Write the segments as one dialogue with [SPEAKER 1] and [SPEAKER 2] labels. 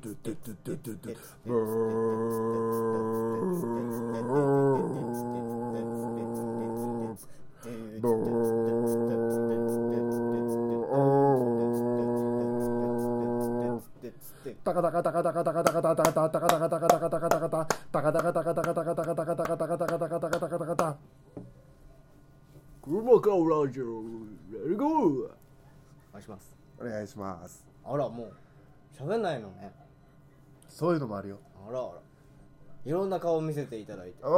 [SPEAKER 1] トゥトゥブーブータカタカタカタカタカタカタタカタカタカタカタカタカタカタタカタカタカタカタカタカタカタカタカタカタカタカタカタカタ
[SPEAKER 2] 熊川ラジオレゴー
[SPEAKER 3] お願いします
[SPEAKER 1] お願いします
[SPEAKER 3] あらもう喋んないのね
[SPEAKER 1] そういうのもあるよ
[SPEAKER 3] あらあらいろんな顔を見せていただいてあ
[SPEAKER 1] あ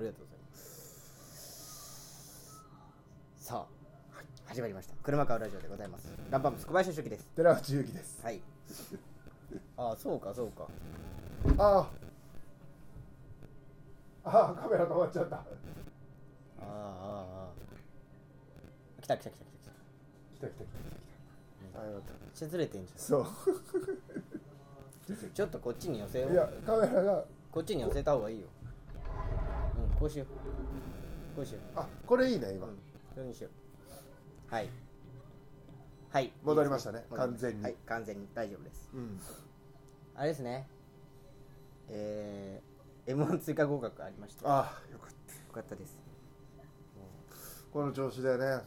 [SPEAKER 3] りがとうございますさあ始まりました車買うラジオでございますランパンプス小林俊樹です
[SPEAKER 1] 寺内ゆきです
[SPEAKER 3] はいああそうかそうか
[SPEAKER 1] ああああカメラ止まっちゃった
[SPEAKER 3] ああああ来た来た来た来た来
[SPEAKER 1] 来た来た来た来たあよかった
[SPEAKER 3] めっちゃずれてんじゃ
[SPEAKER 1] そ
[SPEAKER 3] んちょっとこっちに寄せよ
[SPEAKER 1] ういや
[SPEAKER 3] う
[SPEAKER 1] カメラが
[SPEAKER 3] こっちに寄せた方がいいようんこうしようこうしよう
[SPEAKER 1] あこれいいね今
[SPEAKER 3] うん、それにしようはいはい
[SPEAKER 1] 戻りましたね
[SPEAKER 3] いいです戻りま
[SPEAKER 1] 完
[SPEAKER 3] した
[SPEAKER 1] 全に
[SPEAKER 3] はい完全に大丈夫です
[SPEAKER 1] うん
[SPEAKER 3] あれですねえー、m 1追加合格ありましたよ
[SPEAKER 1] ああよかった
[SPEAKER 3] かったです
[SPEAKER 1] この調子でね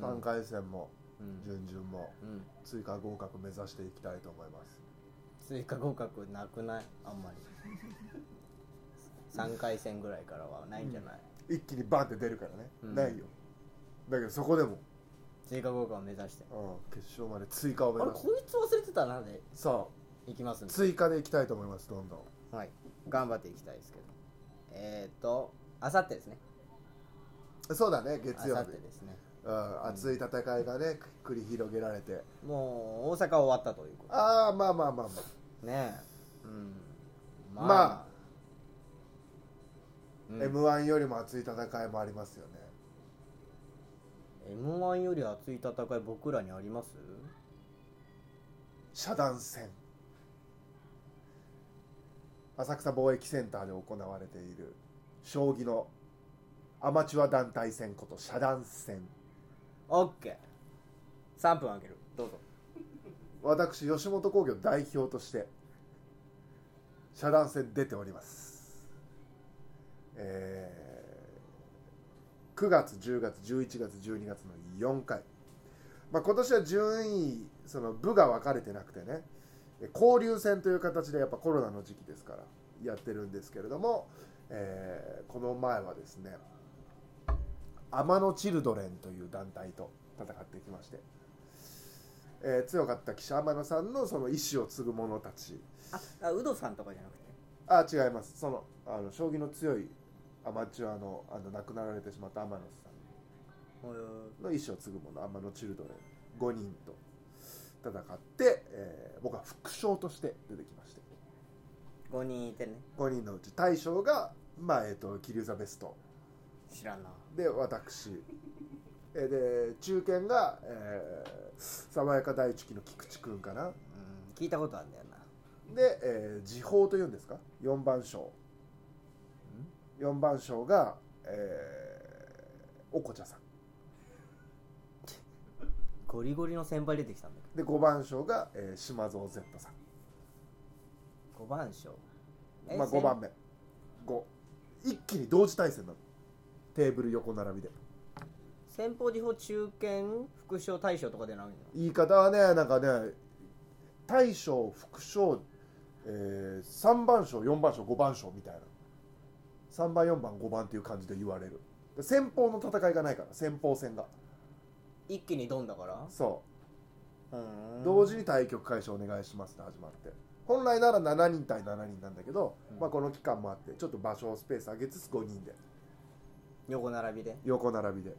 [SPEAKER 3] うん
[SPEAKER 1] 3回戦も
[SPEAKER 3] うん
[SPEAKER 1] 準々も
[SPEAKER 3] うん
[SPEAKER 1] 追加合格目指していきたいと思います
[SPEAKER 3] 追加合格なくないあんまり3回戦ぐらいからはないんじゃない、
[SPEAKER 1] 一気にバンって出るからね、
[SPEAKER 3] うん
[SPEAKER 1] ないよだけどそこでも、
[SPEAKER 3] 追加合格を目指して
[SPEAKER 1] うん、決勝まで追加を
[SPEAKER 3] あ
[SPEAKER 1] 目
[SPEAKER 3] れ
[SPEAKER 1] 指
[SPEAKER 3] こ
[SPEAKER 1] して
[SPEAKER 3] いつ忘れてたなで
[SPEAKER 1] さ
[SPEAKER 3] いきますん
[SPEAKER 1] あ
[SPEAKER 3] で
[SPEAKER 1] 追加でいきたいと思いますどんどん
[SPEAKER 3] はい頑張っていきたいですけどえっ、ー、とあさってですね
[SPEAKER 1] そうだね
[SPEAKER 3] あ
[SPEAKER 1] 月曜
[SPEAKER 3] さっ
[SPEAKER 1] 日
[SPEAKER 3] て、ですね
[SPEAKER 1] うん、熱い戦いがね繰り広げられて
[SPEAKER 3] もう大阪終わったということ
[SPEAKER 1] ああまあまあまあまあ
[SPEAKER 3] ねえうん
[SPEAKER 1] まあ
[SPEAKER 3] う
[SPEAKER 1] m 1よりも熱い戦いもありますよね
[SPEAKER 3] m 1より熱い戦い僕らにあります
[SPEAKER 1] 遮断戦浅草貿易センターで行われている将棋のアマチュア団体戦こと遮断戦
[SPEAKER 3] OK3 分あげるどうぞ
[SPEAKER 1] 私吉本興業代表として遮断戦出ておりますえー9月10月11月12月の4回、まあ、今年は順位その部が分かれてなくてねえ交流戦という形でやっぱコロナの時期ですからやってるんですけれども、えーこの前はですね天野チルドレンという団体と戦ってきましてえー強かった岸天野さんのその意志を継ぐ者たち
[SPEAKER 3] ああウドさんとかじゃなくて
[SPEAKER 1] あ違いますそのあの将棋の強いアマチュアのあの亡くなられてしまった天野さ
[SPEAKER 3] ほう
[SPEAKER 1] うんの意志を継ぐ者天野チルドレン5人と戦って、えー僕は副将として出てきまして
[SPEAKER 3] 5人いてね
[SPEAKER 1] 5人のうち大将が、まあえー、と桐生座ベスト
[SPEAKER 3] 知らんな
[SPEAKER 1] で私えーで中堅が、えー爽やか大地期の菊池君かな
[SPEAKER 3] うん聞いたことあるんだよな
[SPEAKER 1] で、えー時報というんですか4番賞4番賞が、えーおこちゃさん
[SPEAKER 3] ゴリゴリの先輩出てきたんだけ
[SPEAKER 1] で5番賞が、えー島蔵 Z さ
[SPEAKER 3] ど5番賞
[SPEAKER 1] ん、まあ、5番目5一気に同時対戦なのテーブル横並びで
[SPEAKER 3] 先方時報中堅副将大将とかでないの
[SPEAKER 1] 言い方はねなんかね大賞副賞、え3番賞4番賞5番賞みたいな3番4番5番っていう感じで言われるで先方の戦いがないから先方戦が
[SPEAKER 3] 一気にドンだから
[SPEAKER 1] そう
[SPEAKER 3] うん
[SPEAKER 1] 同時に対局開始お願いしますって始まって本来なら7人対7人なんだけど、
[SPEAKER 3] うん
[SPEAKER 1] まあ、この期間もあってちょっと場所をスペース上げつつ5人で
[SPEAKER 3] 横並びで
[SPEAKER 1] 横並びで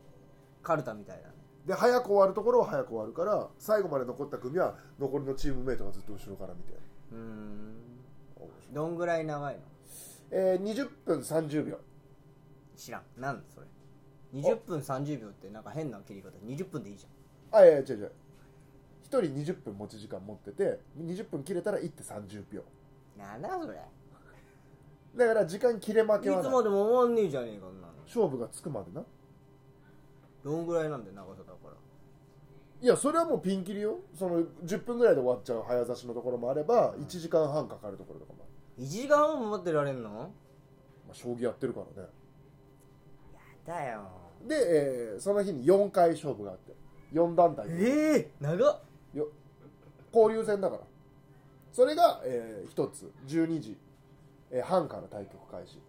[SPEAKER 3] カルタみたいなね
[SPEAKER 1] で早く終わるところは早く終わるから最後まで残った組は残りのチームメイトがずっと後ろから見て
[SPEAKER 3] うーんどんぐらい長いの
[SPEAKER 1] えー、20分30秒
[SPEAKER 3] 知らんなんそれ20分30秒ってなんか変な切り方20分でいいじ
[SPEAKER 1] あいやいや違う違う1人20分持ち時間持ってて20分切れたら1って30秒
[SPEAKER 3] ゃんなんだそれ
[SPEAKER 1] だから時間切れ負けはい
[SPEAKER 3] つ
[SPEAKER 1] ない
[SPEAKER 3] までも終わんねえじゃねえかそんなの
[SPEAKER 1] 勝負がつくまでな
[SPEAKER 3] どんぐらいなんだよ長さだから
[SPEAKER 1] いやそれはもうピンキリよその10分ぐらいで終わっちゃう早指しのところもあれば1時間半かかるところとかもある
[SPEAKER 3] 1時間半も待ってられんの
[SPEAKER 1] まあ、将棋やってるからね
[SPEAKER 3] だよ
[SPEAKER 1] で、えーその日に4回勝負があって4団体
[SPEAKER 3] ええ長っ
[SPEAKER 1] よ交流戦だからそれが、えー、1つ12時、えー半から対局開始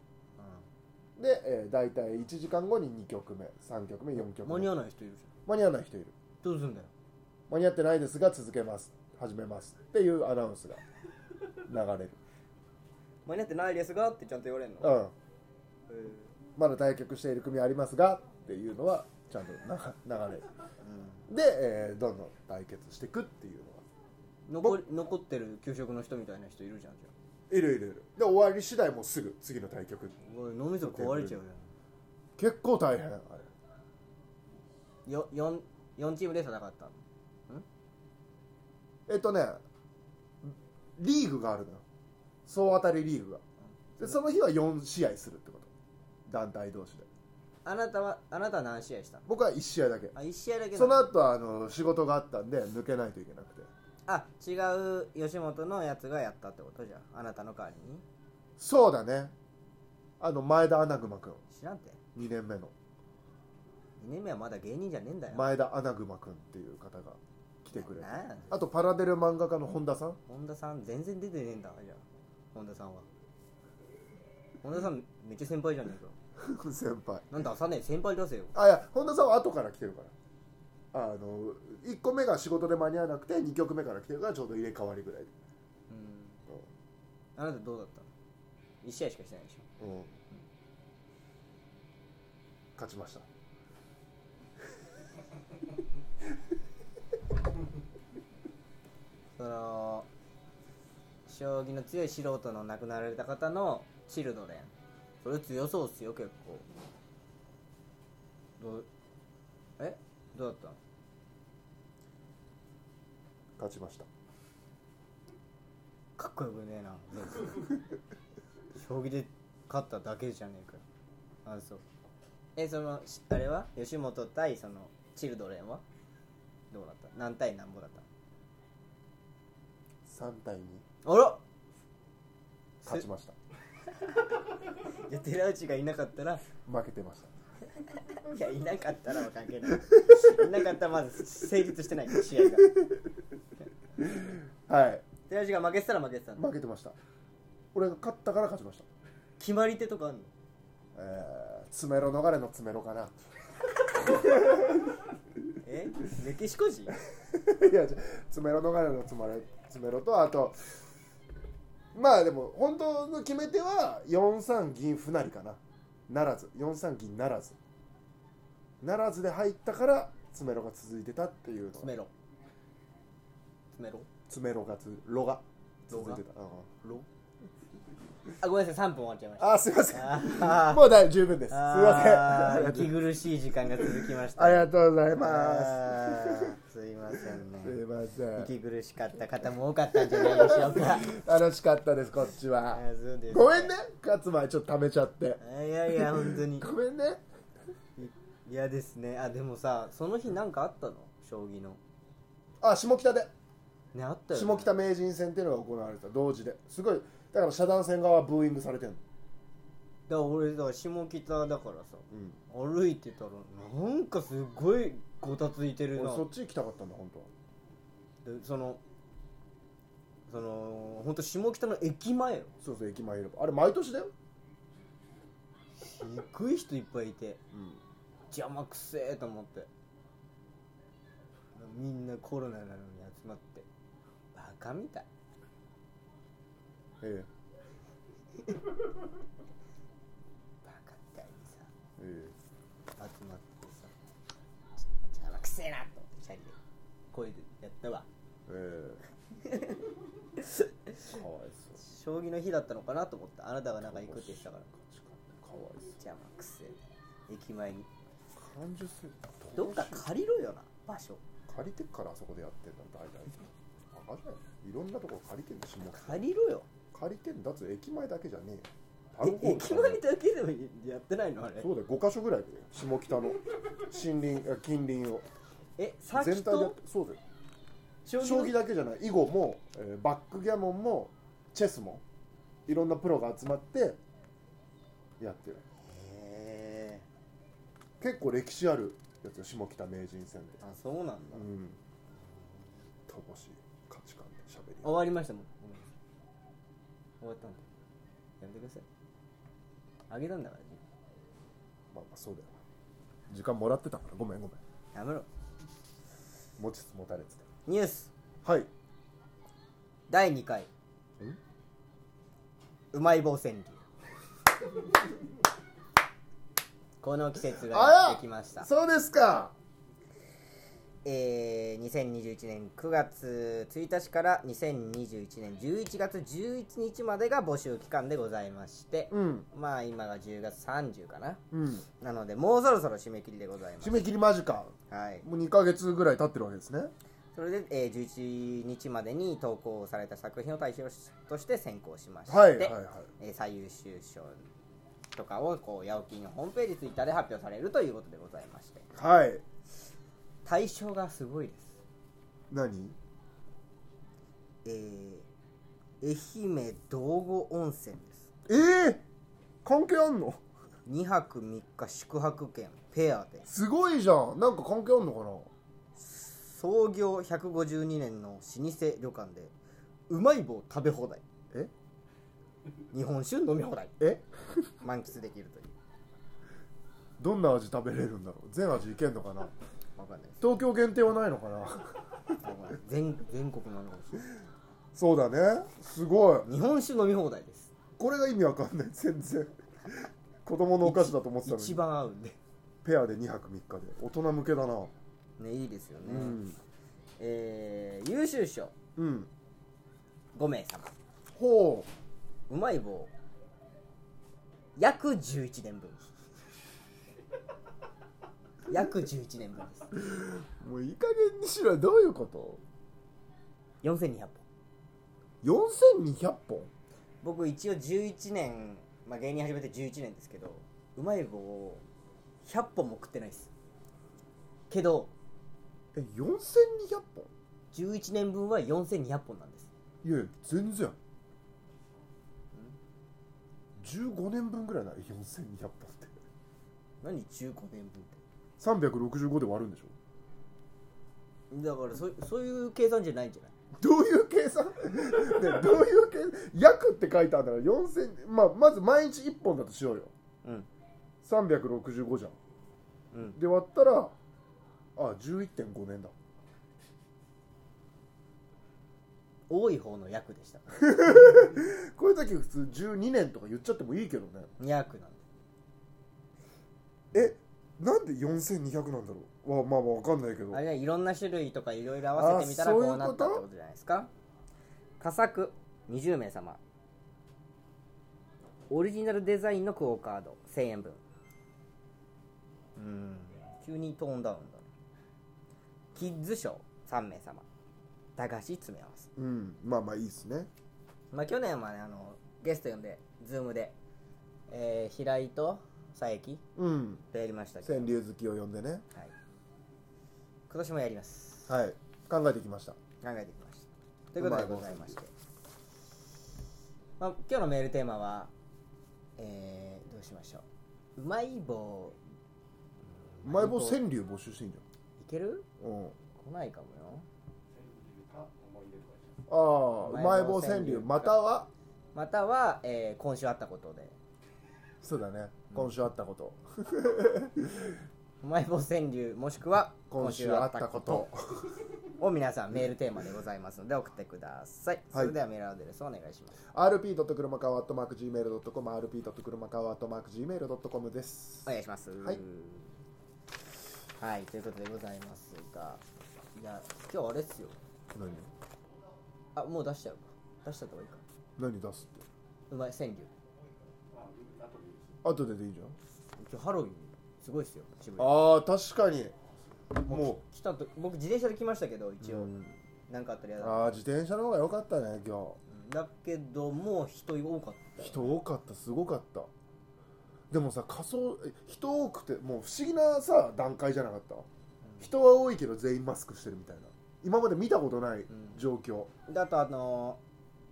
[SPEAKER 1] で、えー、大体1時間後に2局目3局目4局目
[SPEAKER 3] 間に合わない人いるじ
[SPEAKER 1] 間に合わない人いる
[SPEAKER 3] ゃんどうすんだよ
[SPEAKER 1] 間に合ってないですが続けます始めますっていうアナウンスが流れる
[SPEAKER 3] 間に合ってないですがってちゃんと言われんの
[SPEAKER 1] うんまだ対局している組ありますがっていうのはちゃんと流 流れるで、えーどんどん対決していくっていうのが
[SPEAKER 3] 残り残ってる給食の人みたいな人いるじゃんじゃ
[SPEAKER 1] いるいるいるで終わり次第もうすぐ次の対局
[SPEAKER 3] あおい脳みそ壊れちゃう
[SPEAKER 1] 結構大変あれ
[SPEAKER 3] じゃんよ四四チームで戦ったの
[SPEAKER 1] えっとねリーグがあるのよ総当たりリーグがでその日は4試合するってこと団体同士で
[SPEAKER 3] あなたはあなたは何試合したの
[SPEAKER 1] 僕は1試合だけ
[SPEAKER 3] あ一試合だけな
[SPEAKER 1] そ
[SPEAKER 3] の
[SPEAKER 1] の後はあの仕事があったんで抜けないといけなくて
[SPEAKER 3] あ違う吉本のやつがやったってことじゃんあなたの代わりに
[SPEAKER 1] そうだねあの前田穴熊君
[SPEAKER 3] 知らんて
[SPEAKER 1] 2年目の
[SPEAKER 3] 2年目はまだ芸人じゃねえんだよ
[SPEAKER 1] 前田穴熊君っていう方が来てくれて
[SPEAKER 3] なんやねん
[SPEAKER 1] あとパラデル漫画家の本田さん
[SPEAKER 3] 本田さん全然出てねえんだじゃあ本田さんは本田さんめっちゃ先輩じゃねえか
[SPEAKER 1] 先輩
[SPEAKER 3] なんだ出さねえ先輩出せよ
[SPEAKER 1] あいや本田さんは後から来てるからあの1個目が仕事で間に合わなくて2曲目から来てるからちょうど入れ替わりぐらいで
[SPEAKER 3] うんあなたどうだったの1試合しかしてないでしょ
[SPEAKER 1] うん、勝ちました
[SPEAKER 3] その将棋の強い素人の亡くなられた方のチルドレンそれ強そうっすよ結構どうえどうだったの
[SPEAKER 1] 勝ちました
[SPEAKER 3] かっこよくねえな全然将棋で勝っただけじゃねえかよあそうえそのしあれは吉本対そのチルドレンはどうだった何対何ぼだっ
[SPEAKER 1] 3対2
[SPEAKER 3] たあら
[SPEAKER 1] 勝ちました
[SPEAKER 3] いや寺内がいなかったら
[SPEAKER 1] 負けてました
[SPEAKER 3] いやいなかったらは関係ないいなかったらまず成立してない試合が
[SPEAKER 1] はい
[SPEAKER 3] 寺内が負けてたら負けてたんだ
[SPEAKER 1] 負けてました俺が勝ったから勝ちました
[SPEAKER 3] 決まり手とかあんの
[SPEAKER 1] えー、詰めろ逃れの詰めろかな
[SPEAKER 3] えメキシコ人
[SPEAKER 1] いやじゃ詰めろ逃れの詰めろ詰めろとあとまあでも本当の決め手は4三銀不成かなならず4三銀ならずならずで入ったから詰めろが続いてたっていうのが
[SPEAKER 3] 詰めろ詰めろ
[SPEAKER 1] 詰めろがつろが
[SPEAKER 3] ろ
[SPEAKER 1] 続
[SPEAKER 3] が
[SPEAKER 1] いてた、うん
[SPEAKER 3] ろあごめんなさい3分終わっちゃいました
[SPEAKER 1] あーすいません
[SPEAKER 3] あー
[SPEAKER 1] もう大十分ですすいません
[SPEAKER 3] あ
[SPEAKER 1] あり
[SPEAKER 3] ー
[SPEAKER 1] がとう
[SPEAKER 3] 息苦しい時間が続きました。
[SPEAKER 1] ありがとうございます
[SPEAKER 3] ます。すいません
[SPEAKER 1] すい
[SPEAKER 3] ね。
[SPEAKER 1] ません
[SPEAKER 3] 息苦しかった方も多かったんじゃないでしょう か。
[SPEAKER 1] 楽しかったですこっち
[SPEAKER 3] あ
[SPEAKER 1] は
[SPEAKER 3] ーそうですか
[SPEAKER 1] ごめんね勝つ前ちょっと溜めちゃって
[SPEAKER 3] いやいや、本当に
[SPEAKER 1] ご。めんね
[SPEAKER 3] いやですね。あ、でもさ、その日なんかあったの将棋の。
[SPEAKER 1] あ下北で
[SPEAKER 3] ね、あったよ、ね。
[SPEAKER 1] 下北名人戦っていうのが行われた同時ですごいだから遮断線側はブーイングされてんの、
[SPEAKER 3] だから俺、だから下北だからさ、
[SPEAKER 1] うん、
[SPEAKER 3] 歩いてたら、なんかすごいごたついてる
[SPEAKER 1] 俺
[SPEAKER 3] な。
[SPEAKER 1] そっち行きたかったんだ本当は
[SPEAKER 3] でその、その、本当下北の駅前よ。
[SPEAKER 1] そうそう駅前いればあれ毎年だよ、
[SPEAKER 3] すっごい人いっぱいいて。
[SPEAKER 1] うん、
[SPEAKER 3] 邪魔くせえと思ってみんなコロナなのに集まってバカみたい
[SPEAKER 1] え
[SPEAKER 3] バカみたいにさ
[SPEAKER 1] ええ
[SPEAKER 3] 集まってさ邪魔くせえなと思ってチャリで声でやったわ
[SPEAKER 1] ええ えかわいそう
[SPEAKER 3] 将棋の日だったのかなと思ってあなたがなんか行くって言ってたから
[SPEAKER 1] かわい
[SPEAKER 3] 邪魔くせえ駅前に
[SPEAKER 1] そう感受性
[SPEAKER 3] どっか借りろよな場所
[SPEAKER 1] 借りてっからあそこでやってんだ大体バカじゃないいろんなとこ借りてんだ下北
[SPEAKER 3] 借りろよ
[SPEAKER 1] 借りてんだっつう駅前だけじゃねえよタウン
[SPEAKER 3] え
[SPEAKER 1] ホール
[SPEAKER 3] 駅前だけでもやってないのあれ
[SPEAKER 1] そうだよ5か所ぐらいで下北の森林あ近隣を
[SPEAKER 3] えさっき
[SPEAKER 1] 全体でやっ
[SPEAKER 3] と
[SPEAKER 1] てそうだよ
[SPEAKER 3] 将
[SPEAKER 1] 将
[SPEAKER 3] 棋
[SPEAKER 1] 棋
[SPEAKER 3] の
[SPEAKER 1] だけじゃない囲碁も、えーバックギャモンもチェスもいろんなプロが集まってやってる
[SPEAKER 3] へえ
[SPEAKER 1] 結構歴史あるやつよ下北名人戦で
[SPEAKER 3] あそうなんだ、
[SPEAKER 1] うん乏しい価値観で喋り
[SPEAKER 3] 終わりましたもんごめんなさい終わったんだやめてくださいあげたんだからね
[SPEAKER 1] まあまあそうだよな時間もらってたからごめんごめん
[SPEAKER 3] やめろ
[SPEAKER 1] 持ちつ持たれつで
[SPEAKER 3] ニュース
[SPEAKER 1] はい
[SPEAKER 3] 第2回うまい棒川柳 この季節がやってきました
[SPEAKER 1] そうですか
[SPEAKER 3] えー、2021年9月1日から2021年11月11日までが募集期間でございまして、
[SPEAKER 1] うん
[SPEAKER 3] まあ今が10月30かな
[SPEAKER 1] うん
[SPEAKER 3] なのでもうそろそろ締め切りでございます
[SPEAKER 1] 締め切り間近
[SPEAKER 3] はい
[SPEAKER 1] もう2ヶ月ぐらい経ってるわけですね
[SPEAKER 3] それで、えー11日までに投稿された作品を代表として選考しまして、
[SPEAKER 1] はいはいはい
[SPEAKER 3] えー最優秀賞とかをこうヤオキーのホームページツイッターで発表されるということでございまして
[SPEAKER 1] はい
[SPEAKER 3] 対象がすごいです
[SPEAKER 1] 何
[SPEAKER 3] えー愛媛道後温泉です
[SPEAKER 1] ええ関係あんの
[SPEAKER 3] 2泊3日宿泊券ペアです
[SPEAKER 1] ごいじゃんなんか関係あんのかな
[SPEAKER 3] 創業152年の老舗旅館でうまい棒食べ放題
[SPEAKER 1] え
[SPEAKER 3] 日本酒飲み放題
[SPEAKER 1] え
[SPEAKER 3] 満喫できるという
[SPEAKER 1] どんな味食べれるんだろう全味いけんのかな
[SPEAKER 3] わかんないです
[SPEAKER 1] 東京限定はないのかな
[SPEAKER 3] わかんない 全全国なのかもしれない
[SPEAKER 1] そうだねすごい
[SPEAKER 3] 日本酒飲み放題です
[SPEAKER 1] これが意味わかんない全然子供のお菓子だと思ってたの
[SPEAKER 3] 一
[SPEAKER 1] に
[SPEAKER 3] 番合うんで、
[SPEAKER 1] ペアで2泊3日で大人向けだな
[SPEAKER 3] ね、いいですよね、
[SPEAKER 1] うん
[SPEAKER 3] えー優秀賞
[SPEAKER 1] うん
[SPEAKER 3] 5名様
[SPEAKER 1] ほ
[SPEAKER 3] うまい棒約11年分約11年分です
[SPEAKER 1] うもういい加減にしろよどういうこと
[SPEAKER 3] 4200本
[SPEAKER 1] 4200本
[SPEAKER 3] 僕一応11年、まあ、芸人始めて11年ですけどうまい棒を100本も食ってないですけど
[SPEAKER 1] え4200本
[SPEAKER 3] 11年分は4200本なんです
[SPEAKER 1] いやいや全然15年分ぐらいない4200本って
[SPEAKER 3] 何15年分って
[SPEAKER 1] 365で割るんでしょ
[SPEAKER 3] だからそそういう計算じゃないんじゃない
[SPEAKER 1] どういう計算 ねどういう計算約って書いてあるんだから4000、まあ、まず毎日1本だとしようよ
[SPEAKER 3] うん
[SPEAKER 1] 365じゃん
[SPEAKER 3] うん
[SPEAKER 1] で割ったらあ11.5年だ
[SPEAKER 3] 多い方の約でした
[SPEAKER 1] こういう時普通12年とか言っちゃってもいいけどね
[SPEAKER 3] 200なんで
[SPEAKER 1] えなんで4200なんだろうわまあまあわかんないけど
[SPEAKER 3] あれはいろんな種類とかいろいろ合わせてみたら
[SPEAKER 1] あ
[SPEAKER 3] こ
[SPEAKER 1] そういう
[SPEAKER 3] うなったっ
[SPEAKER 1] こ
[SPEAKER 3] て
[SPEAKER 1] と
[SPEAKER 3] ことじゃないですか佳作20名様オリジナルデザインのクオ・カード1000円分うーん急にトーンダウンだなキッズ賞3名様駄菓子詰め合わせ
[SPEAKER 1] うんまあまあいいですね
[SPEAKER 3] まあ去年はねあのゲスト呼んでズームで、えー平井と佐伯
[SPEAKER 1] うん
[SPEAKER 3] でやりましたけど、
[SPEAKER 1] 川柳好きを呼んでね
[SPEAKER 3] はい、今年もやります
[SPEAKER 1] はい考えてきました
[SPEAKER 3] 考えてきましたということでございまして、まあ、今日のメールテーマは、えー、どうしましょううまい棒
[SPEAKER 1] うまい棒川柳募集していいんじ
[SPEAKER 3] いける
[SPEAKER 1] ゃんうん
[SPEAKER 3] 来ないかもよ
[SPEAKER 1] ああうま
[SPEAKER 3] ま
[SPEAKER 1] い
[SPEAKER 3] い
[SPEAKER 1] 棒
[SPEAKER 3] 棒
[SPEAKER 1] 川
[SPEAKER 3] 川
[SPEAKER 1] 柳
[SPEAKER 3] 柳
[SPEAKER 1] または
[SPEAKER 3] または、えー今週あったことで
[SPEAKER 1] そうだね今週あったこと、
[SPEAKER 3] うまい棒川柳もしくは
[SPEAKER 1] 今週あったこと
[SPEAKER 3] を皆さんメールテーマでございますので送ってください、
[SPEAKER 1] はい
[SPEAKER 3] それではメールアドレスお願いします
[SPEAKER 1] rp. 車川 atmarkgmail.com rp. 車川 atmarkgmail.com です
[SPEAKER 3] お願いします
[SPEAKER 1] はい
[SPEAKER 3] はいということでございますがいや今日あれっすよ
[SPEAKER 1] 何
[SPEAKER 3] あもう出しちゃうか出しちゃった方がいいか
[SPEAKER 1] 何出すって
[SPEAKER 3] うまい川柳
[SPEAKER 1] 後ででいいじゃん
[SPEAKER 3] 今日ハロウィンすごいっすよ渋谷
[SPEAKER 1] ああ確かにも
[SPEAKER 3] 来たと僕自転車で来ましたけど一
[SPEAKER 1] う、
[SPEAKER 3] 応
[SPEAKER 1] うん
[SPEAKER 3] なんかあったら嫌だ
[SPEAKER 1] ああ自転車の方が良かったね今
[SPEAKER 3] だけどもう人多かった
[SPEAKER 1] 日
[SPEAKER 3] よ
[SPEAKER 1] 人多かったすごかったでもさ仮装え人多くてもう不思議なさ段階じゃなかった人は多いけど全員マスクしてるみたいな今まで見たことない状況、
[SPEAKER 3] だとあのー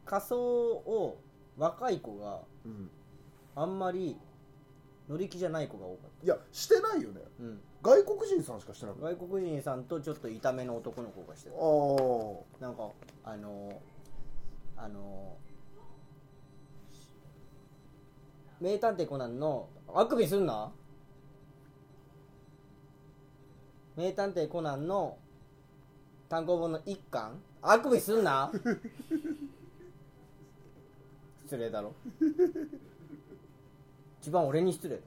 [SPEAKER 3] 仮装を若い子が
[SPEAKER 1] うん、
[SPEAKER 3] あんまり乗り気じゃない子が多かっ
[SPEAKER 1] いやしてないよね
[SPEAKER 3] た、うん、
[SPEAKER 1] 外国人さんしかしてなかったあ
[SPEAKER 3] 外国人さんとちょっと痛めの男の子がしてた
[SPEAKER 1] あー
[SPEAKER 3] なんかあのーあのー名探偵コナンのあくびすんな名探偵コナンの単行本の一巻あくびすんな失礼だろ一番俺に失礼だ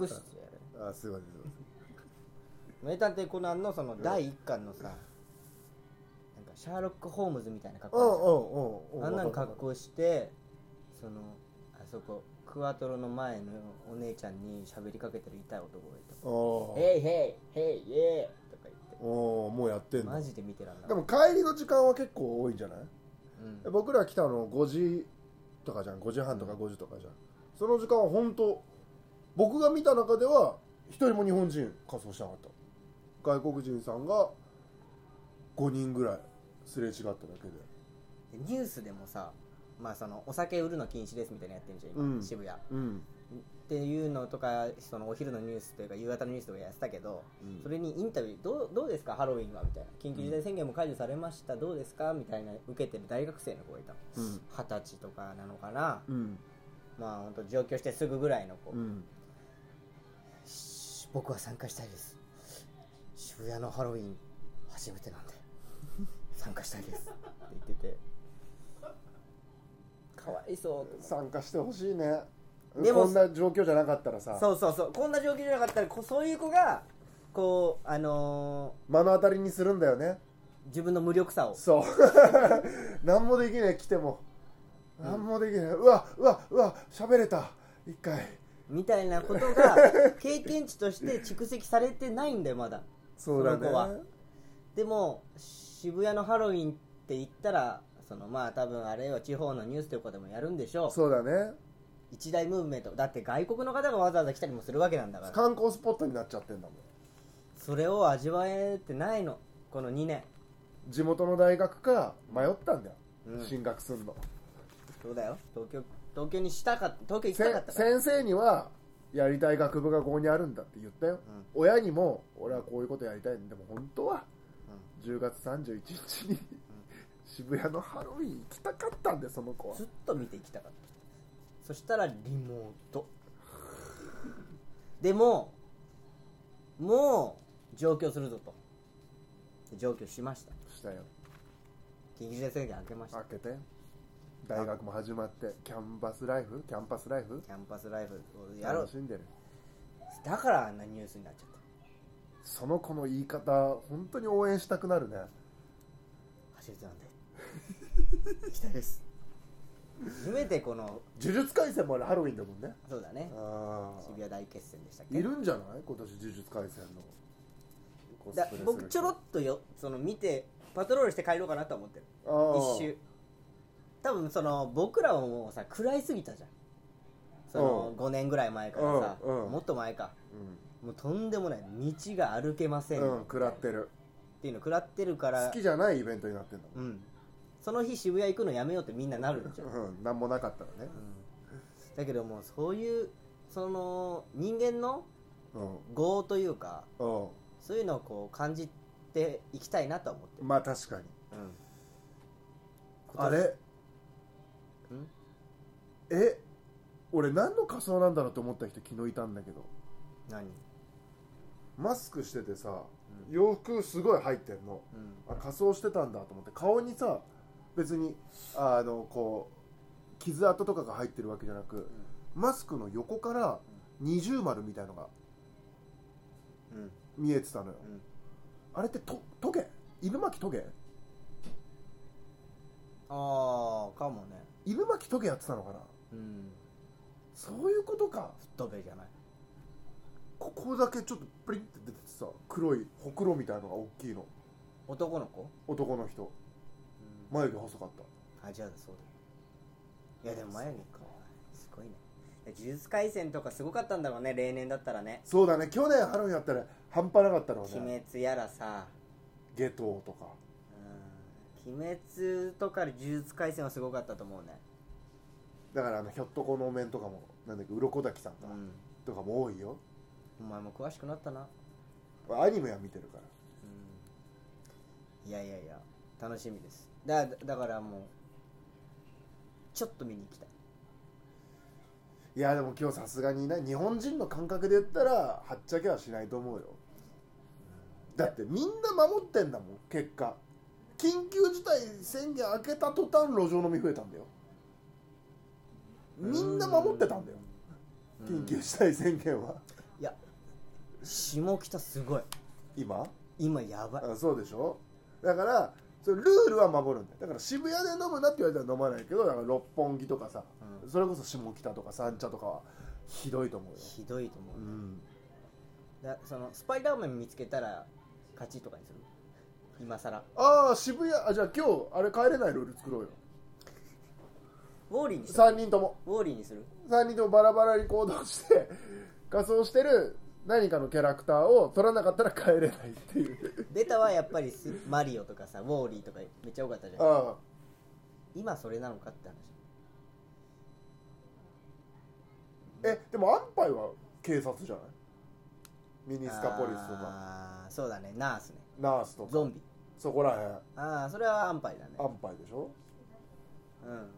[SPEAKER 3] 隠してやれ
[SPEAKER 1] あーすいませんすいま
[SPEAKER 3] 名探偵コナンのその第一巻のさ、なんかシャーロック・ホームズみたいな格
[SPEAKER 1] せんうん
[SPEAKER 3] 好
[SPEAKER 1] うんうん
[SPEAKER 3] あんなの格
[SPEAKER 1] いい
[SPEAKER 3] 好してそのあそこクワトロの前のお姉ちゃんに喋りかけてる痛い男がいた「
[SPEAKER 1] あー
[SPEAKER 3] ヘイヘイヘイイエー!」とか言っ
[SPEAKER 1] おーもうやって
[SPEAKER 3] て
[SPEAKER 1] ん
[SPEAKER 3] マ
[SPEAKER 1] の
[SPEAKER 3] ジで見てらんなか
[SPEAKER 1] で
[SPEAKER 3] っ
[SPEAKER 1] も帰りの時間は結構多いんじゃない
[SPEAKER 3] たうん
[SPEAKER 1] 僕ら来たの5時とかじゃん5時半とか5時とかじゃんその時間は本当僕が見た中では一人も日本人仮装してなかった外国人さんが5人ぐらいすれ違っただけで
[SPEAKER 3] でニュースでもさまあそのお酒売るの禁止ですみたいなのやってんじゃん今、
[SPEAKER 1] うん
[SPEAKER 3] 渋谷っ
[SPEAKER 1] うん、
[SPEAKER 3] ていうのとかそのお昼のニュースというか夕方のニュースとかやってたけどそれにインタビューどうどうですかハロウィンはみたいな緊急事態宣言も解除されました、どうですかみたいな受けてる大学生の子がいたの
[SPEAKER 1] うん
[SPEAKER 3] 二十歳とかなのかな、
[SPEAKER 1] うん
[SPEAKER 3] まあ本当上京してすぐぐらいの子、
[SPEAKER 1] うん
[SPEAKER 3] し僕は参加したいです渋谷のハロウィン初めてなんで参加したいですって言っててかわいそうと思って
[SPEAKER 1] 参加してほしいね
[SPEAKER 3] でも
[SPEAKER 1] こんな状況じゃなかったらさ
[SPEAKER 3] そうそうそうこんな状況じゃなかったらこそういう子がこうあの
[SPEAKER 1] 目の当たりにするんだよね
[SPEAKER 3] ー自分の無力さを
[SPEAKER 1] そう 何もできねえ来ても何もできねえ、うわうわうわ喋れた一回
[SPEAKER 3] みたいなことが経験値として蓄積されてないんだよまだ
[SPEAKER 1] そうだ
[SPEAKER 3] その
[SPEAKER 1] ね
[SPEAKER 3] 子はでも渋谷のハロウィンって言ったらそのまあ多分あれは地方のニュースとかでもやるんでしょう
[SPEAKER 1] そうだね
[SPEAKER 3] 一大ムーブメントだって外国の方がわざわざ来たりもするわけなんだから
[SPEAKER 1] 観光スポットになっちゃってんだもん
[SPEAKER 3] それを味わえてないのこの2年
[SPEAKER 1] 地元の大学か迷ったんだよ、
[SPEAKER 3] うん
[SPEAKER 1] 進学すんの
[SPEAKER 3] そうだよ東京東京にしたかった東京行き
[SPEAKER 1] せ
[SPEAKER 3] たかったから
[SPEAKER 1] 先生にはやりたい学部がここにあるんだって言ったよ、親にも俺はこういうことやりたいんでも本当は10月31日に渋谷のハロウィン行きたかったんでその子は
[SPEAKER 3] ずっと見ていきたかったそしたらリモートでももう上京するぞとで上京しました
[SPEAKER 1] したよ
[SPEAKER 3] 緊急事態宣言明けました
[SPEAKER 1] 開けて大学も始まってキャンバスライフキャンパスライフ
[SPEAKER 3] キャンパスライフをやろ
[SPEAKER 1] 楽
[SPEAKER 3] う
[SPEAKER 1] しんでる
[SPEAKER 3] だからあんなニュースになっちゃった
[SPEAKER 1] その子の言い方本当に応援したくなるね
[SPEAKER 3] 走りなんで行きたいです初めてこの
[SPEAKER 1] 呪術廻戦もあれハロウィンだもんね
[SPEAKER 3] そうだね
[SPEAKER 1] あ
[SPEAKER 3] 渋谷大決戦でしたっ
[SPEAKER 1] ーい
[SPEAKER 3] け
[SPEAKER 1] るんじゃない今年呪術廻戦のコスプレ
[SPEAKER 3] だ
[SPEAKER 1] する人
[SPEAKER 3] 僕ちょろっとよその見てパトロールして帰ろうかなとは思ってる
[SPEAKER 1] あー
[SPEAKER 3] 一周多分その僕らはもうさ食らいすぎたじゃんその
[SPEAKER 1] うん
[SPEAKER 3] 5年ぐらい前からさ、
[SPEAKER 1] うんうん
[SPEAKER 3] もっと前かもうとんでもない道が歩けません
[SPEAKER 1] うん、うん、食らってる
[SPEAKER 3] っていうの食らってるから
[SPEAKER 1] 好きじゃないイベントになってんだも
[SPEAKER 3] うんその日渋谷行くのやめようってみんななるじゃん
[SPEAKER 1] ん、うん、何もなかったらね、
[SPEAKER 3] だけどもうそういうその人間の
[SPEAKER 1] うん
[SPEAKER 3] 業というか
[SPEAKER 1] うん
[SPEAKER 3] そういうのをこう感じていきたいなとは思ってる、
[SPEAKER 1] まあ確かに
[SPEAKER 3] 今
[SPEAKER 1] あ
[SPEAKER 3] 年
[SPEAKER 1] れ
[SPEAKER 3] ん
[SPEAKER 1] え俺何の仮装なんだろうと思った人昨日いたんだけど
[SPEAKER 3] 何
[SPEAKER 1] マスクしててさ
[SPEAKER 3] う
[SPEAKER 1] 洋服すごい入ってんの
[SPEAKER 3] うん
[SPEAKER 1] あ仮装してたんだと思って顔にさ別にあのこう傷跡とかが入ってるわけじゃなくマスクの横から二重丸みたいのが
[SPEAKER 3] うん
[SPEAKER 1] 見えてたのよ、
[SPEAKER 3] うん
[SPEAKER 1] あれってとトゲ犬巻トゲ
[SPEAKER 3] ああかもね
[SPEAKER 1] 犬巻トゲやってたのかな
[SPEAKER 3] うん
[SPEAKER 1] そういうことか
[SPEAKER 3] 吹っ飛べじゃない
[SPEAKER 1] ここだけちょっとプリンって出ててさ黒いほくろみたいのが大きいの
[SPEAKER 3] 男の子、
[SPEAKER 1] 男の人
[SPEAKER 3] うん
[SPEAKER 1] 眉毛細かった
[SPEAKER 3] あじゃあそうだいやでも眉毛かすごいねいや呪術廻戦とかすごかったんだろうね例年だったらね
[SPEAKER 1] そうだね去年ハロウィンやったら半端なかったの
[SPEAKER 3] 鬼
[SPEAKER 1] ね
[SPEAKER 3] 滅やらさ
[SPEAKER 1] 下等とか
[SPEAKER 3] うん鬼滅とかで呪術廻戦はすごかったと思うね
[SPEAKER 1] だからあのひょっとこのお面とかもなんだっけ鱗滝さん
[SPEAKER 3] う
[SPEAKER 1] か、
[SPEAKER 3] ん
[SPEAKER 1] とかも多いよ
[SPEAKER 3] お前も詳しくなったな
[SPEAKER 1] アニメは見てるから
[SPEAKER 3] うんいやいやいや楽しみですだだからもうちょっと見に行きたい
[SPEAKER 1] いやでも今日さすがにね日本人の感覚で言ったらはっちゃけはしないと思うよだってみんな守ってんだもん結果緊急事態宣言明けた途端路上飲み増えたんだよみんな守ってたんだよ緊急事態宣言は
[SPEAKER 3] うんいや下北すごい
[SPEAKER 1] 今
[SPEAKER 3] 今やばい
[SPEAKER 1] あそうでしょだからそれルールは守るんだよだから渋谷で飲むなって言われたら飲まないけどだから六本木とかさ、
[SPEAKER 3] うん
[SPEAKER 1] それこそ下北とか三茶とかはひどいと思うよ、
[SPEAKER 3] ひどいと思う、
[SPEAKER 1] うん、
[SPEAKER 3] だそのスパイダーマン見つけたら勝ちとかにする今さら
[SPEAKER 1] ああ渋谷あじゃあ今日あれ帰れないルール作ろうよ
[SPEAKER 3] ウォーリーにする
[SPEAKER 1] 3人とも
[SPEAKER 3] ウォーリーにする
[SPEAKER 1] 3人ともバラバラに行動して 仮装してる何かのキャラクターを取らなかったら帰れないって いう
[SPEAKER 3] ベタはやっぱりスマリオとかさウォーリーとかめっちゃ多かったじゃん
[SPEAKER 1] ああ
[SPEAKER 3] 今それなのかって話
[SPEAKER 1] えでもアンパイは警察じゃないミニスカポリスとか
[SPEAKER 3] あーそうだねナースね
[SPEAKER 1] ナースとか
[SPEAKER 3] ゾンビ
[SPEAKER 1] そこらへん
[SPEAKER 3] ああそれは安牌だね
[SPEAKER 1] アンパイでしょ
[SPEAKER 3] うん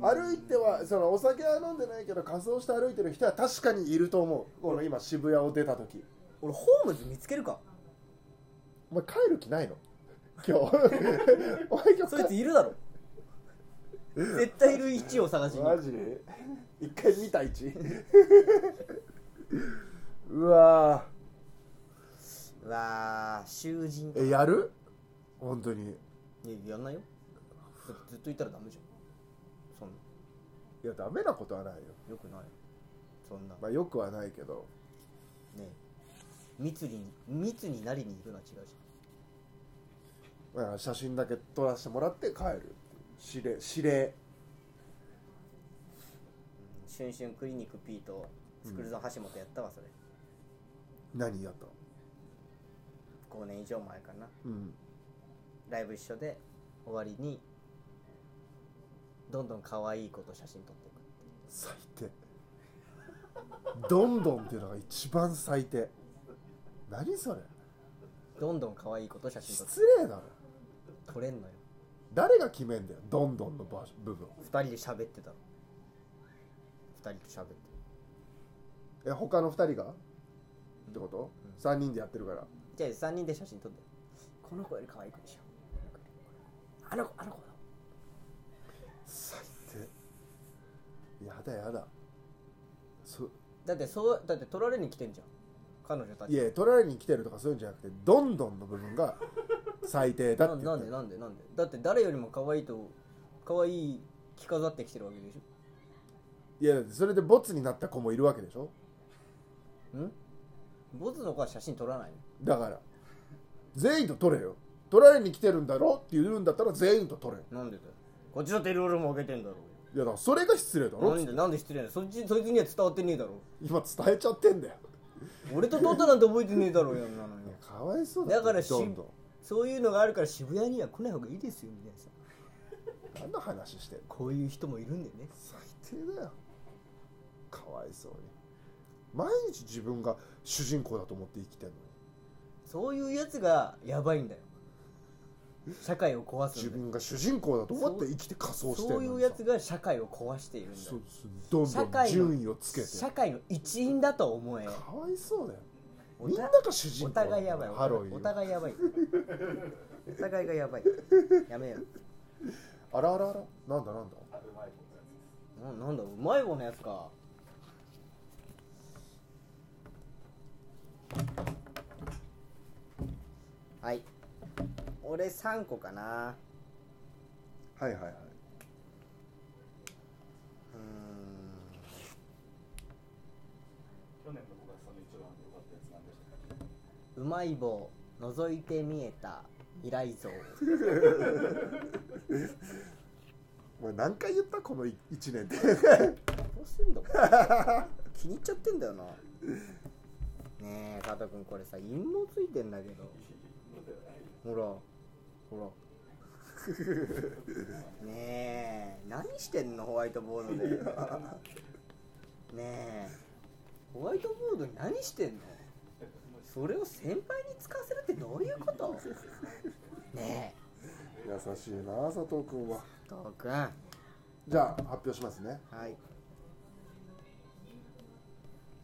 [SPEAKER 1] 歩いてはそのお酒は飲んでないけど仮装して歩いてる人は確かにいると思うこの今渋谷を出た時
[SPEAKER 3] 俺ホームズ見つけるか
[SPEAKER 1] お前帰る気ないの 今日お前今
[SPEAKER 3] そい
[SPEAKER 1] 日
[SPEAKER 3] つ
[SPEAKER 1] 帰
[SPEAKER 3] いるだろ絶対いる位置を探しに
[SPEAKER 1] マジ一回見た位置 うわ
[SPEAKER 3] うわあ囚人
[SPEAKER 1] ーえやる本当に
[SPEAKER 3] いややんないよだってずっといたらダメじゃんそんない
[SPEAKER 1] やダメなことはないよ
[SPEAKER 3] よくないそんな
[SPEAKER 1] まあよくはないけど
[SPEAKER 3] ね密に密になりに行くのは違うじ
[SPEAKER 1] まあ写真だけ撮らせてもらって帰る指令指令
[SPEAKER 3] ゃんシュンシュンクリニック P とスクールゾーン橋本やったわそれ、
[SPEAKER 1] 何やった
[SPEAKER 3] 5年以上前かな
[SPEAKER 1] うん
[SPEAKER 3] ライブ一緒で終わりにどんどん可愛い子と写真撮っていく
[SPEAKER 1] 最低どんどんっていうのが一番最低何それ
[SPEAKER 3] どんどん可愛い子と写真撮って
[SPEAKER 1] 失礼だろ
[SPEAKER 3] 撮れんのよ
[SPEAKER 1] 誰が決めんだよどんどんの場所部分
[SPEAKER 3] 2人で喋ってたの2人と喋って
[SPEAKER 1] え他の2人がってこと、三 ?3 人でやってるから
[SPEAKER 3] じゃあ3人で写真撮ってこの子より可愛い子でしょあの子あの子
[SPEAKER 1] 最低やだやだそ
[SPEAKER 3] だってそうだって撮られに来てんじゃん彼女たち
[SPEAKER 1] いや取られに来てるとかそういうんじゃなくてどんどんの部分が最低だ
[SPEAKER 3] な
[SPEAKER 1] って言
[SPEAKER 3] な
[SPEAKER 1] っ
[SPEAKER 3] ん
[SPEAKER 1] て
[SPEAKER 3] で
[SPEAKER 1] る
[SPEAKER 3] なんでなんでだって誰よりも可愛いと可愛い着飾ってきてるわけでし
[SPEAKER 1] いやだってそれでボツになった子もいるわけでしょ
[SPEAKER 3] ょんボツの子は写真撮らないの
[SPEAKER 1] だから全員と取れよ取られに来てるんだろって言うんだったら全員と取れよ
[SPEAKER 3] なんでだよこっちだっていろいろ負けてんだろ
[SPEAKER 1] いやだからそれが失礼だろ
[SPEAKER 3] なんでなんで失礼なのそっちそいつには伝わってねえだろ
[SPEAKER 1] 今伝えちゃってんだよ
[SPEAKER 3] 俺と撮ったなんて覚えてねえだろうよなのよ
[SPEAKER 1] いやかわいそうだ
[SPEAKER 3] だからし
[SPEAKER 1] どんどん
[SPEAKER 3] そういうのがあるから渋谷には来ない方がいいですよ皆さん
[SPEAKER 1] 何の話してんの
[SPEAKER 3] こういう人もいるんでね
[SPEAKER 1] 最低だよかわいそうに毎日自分が主人公だと思って生きてんのに
[SPEAKER 3] そういうやつがやばいんだよ社会を壊す
[SPEAKER 1] 自
[SPEAKER 3] んだよ
[SPEAKER 1] 分が主人公だと思って生きて仮装してん
[SPEAKER 3] そ
[SPEAKER 1] の
[SPEAKER 3] う
[SPEAKER 1] に
[SPEAKER 3] いう
[SPEAKER 1] さ
[SPEAKER 3] やつが社会を壊しているんだ
[SPEAKER 1] そ
[SPEAKER 3] よ
[SPEAKER 1] うそうどんどん順位をつけて
[SPEAKER 3] 社会の一員だと思え
[SPEAKER 1] かわいそうだよ
[SPEAKER 3] お
[SPEAKER 1] みんな
[SPEAKER 3] た
[SPEAKER 1] が主人
[SPEAKER 3] お
[SPEAKER 1] 公だ
[SPEAKER 3] 互いやばい
[SPEAKER 1] ハロウィン
[SPEAKER 3] お互いやばいお互いがやばいやめよ
[SPEAKER 1] あらあらあらなんだなんだ
[SPEAKER 3] ななんだうまい棒のやつかはい俺3個かな
[SPEAKER 1] はいはいはいう
[SPEAKER 3] ーん
[SPEAKER 4] 去年の5月さんの一番良かったやつなんでしたっけ
[SPEAKER 3] うまい棒覗いて見えた未来像
[SPEAKER 1] お前何回言ったこの1年 で
[SPEAKER 3] どうしてんだこれ 気に入っちゃってんだよなねえ加藤君これさ陰謀ついてんだけどほら ほらねえ何してんのホワイトボードでねえホワイトボードに何してんのそれを先輩に使わせるってどういうことね
[SPEAKER 1] 優しいな佐藤君は
[SPEAKER 3] えトくんは
[SPEAKER 1] じゃあ発表しますね
[SPEAKER 3] い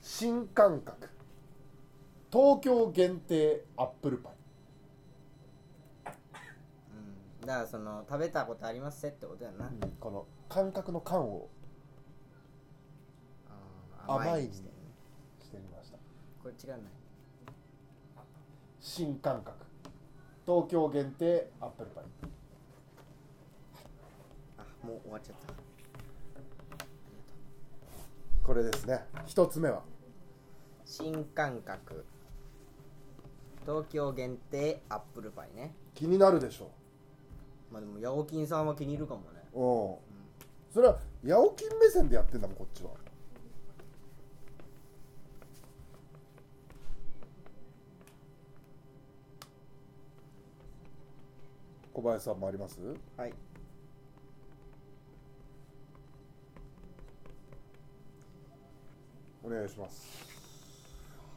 [SPEAKER 1] 新感覚東京限定アップルパイ
[SPEAKER 3] うんだからその食べたことありますってことやな、
[SPEAKER 1] この感覚の感を
[SPEAKER 3] あー
[SPEAKER 1] 甘い
[SPEAKER 3] 甘いにしてるね
[SPEAKER 1] してみました
[SPEAKER 3] これ違うない
[SPEAKER 1] 新感覚東京限定アップルパイ
[SPEAKER 3] あもう終わっちゃった
[SPEAKER 1] これですね一つ目は
[SPEAKER 3] 新感覚東京限定アップルパイね
[SPEAKER 1] 気になるでしょ
[SPEAKER 3] まあでもヤオキンさんは気に入るかもね
[SPEAKER 1] ううんそれは八百金目線でやってんだもんこっちは小林さんもあります
[SPEAKER 3] はい
[SPEAKER 1] お願いします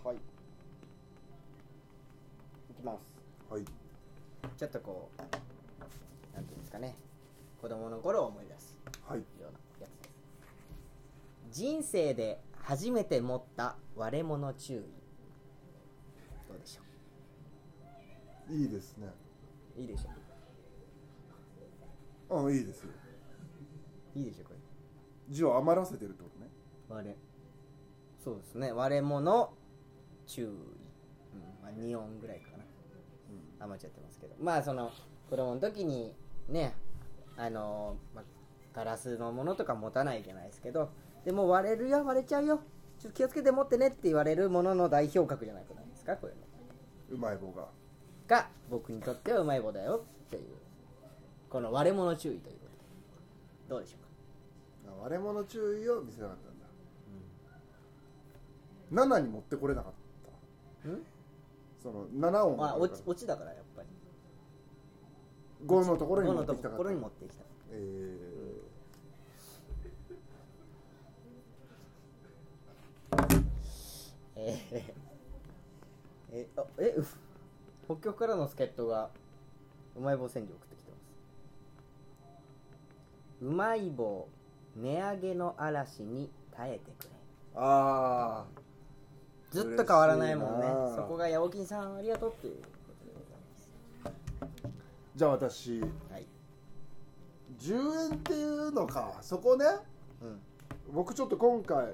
[SPEAKER 3] はいいきます
[SPEAKER 1] はい
[SPEAKER 3] ちょっとこうなんていうんですかね子供の頃を思い出す
[SPEAKER 1] はい
[SPEAKER 3] ようなやつです人生で初めて持った割れ物注意どうでしょ
[SPEAKER 1] いいですね
[SPEAKER 3] ういいでしょ
[SPEAKER 1] うんいいですよ
[SPEAKER 3] ういいでしょうこれ
[SPEAKER 1] 字を余らせてるってことね
[SPEAKER 3] 割れそうですね割れ物注意、うんまあ、2音ぐらいかな、余っちゃってますけどまあその子供の時にねあのーまあ、ガラスのものとか持たないじゃないですけどでも割れるよ割れちゃうよちょっと気をつけて持ってねって言われるものの代表格じゃないですかこういうの
[SPEAKER 1] うまい棒が
[SPEAKER 3] が僕にとってはうまい棒だよっていうこの割れ物注意ということでどうでしょうか
[SPEAKER 1] あ割れ物注意を見せなかったんだ、7に持ってこれなかった
[SPEAKER 3] ん
[SPEAKER 1] その7音
[SPEAKER 3] まあ
[SPEAKER 1] が
[SPEAKER 3] 落ち落ちだからやっぱり
[SPEAKER 1] 5のところに
[SPEAKER 3] こ
[SPEAKER 1] 持
[SPEAKER 3] の
[SPEAKER 1] って
[SPEAKER 3] と
[SPEAKER 1] きたか
[SPEAKER 3] こ
[SPEAKER 1] っ
[SPEAKER 3] ろ
[SPEAKER 1] た
[SPEAKER 3] に持ってきた
[SPEAKER 1] えー
[SPEAKER 3] えー、えあえうっ北極からの助っ人がうまい棒千里送ってきてますうまい棒値上げの嵐に耐えてくれ
[SPEAKER 1] ああ
[SPEAKER 3] ずっと変わらないもんね
[SPEAKER 1] 嬉しいなあ
[SPEAKER 3] そこが八百金さんありがとうっていう
[SPEAKER 1] じゃあ私
[SPEAKER 3] はい
[SPEAKER 1] 10円っていうのかそこね
[SPEAKER 3] うん
[SPEAKER 1] 僕ちょっと今回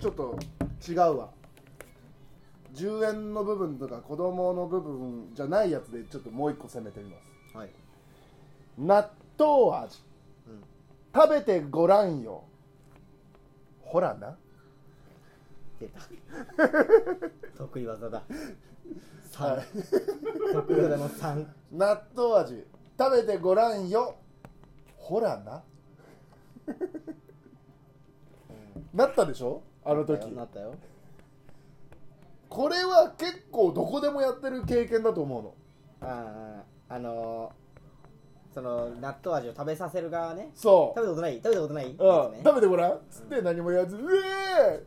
[SPEAKER 1] ちょっと違うわ10円の部分とか子供の部分じゃないやつでちょっともう一個攻めてみます
[SPEAKER 3] はい
[SPEAKER 1] 納豆味、
[SPEAKER 3] うん
[SPEAKER 1] 食べてごらんよほらな
[SPEAKER 3] 出た 得意技だ3
[SPEAKER 1] はい
[SPEAKER 3] 得意技の3
[SPEAKER 1] 納豆味食べてごらんよほらな なったでしょあの時
[SPEAKER 3] なったよ
[SPEAKER 1] これは結構どこでもやってる経験だと思うの
[SPEAKER 3] あああのー、その納豆味を食べさせる側ね
[SPEAKER 1] そ
[SPEAKER 3] 食べたことない食べたことない、
[SPEAKER 1] う、うん
[SPEAKER 3] やつね
[SPEAKER 1] 食べてごらんつって何も言わず「うえー!」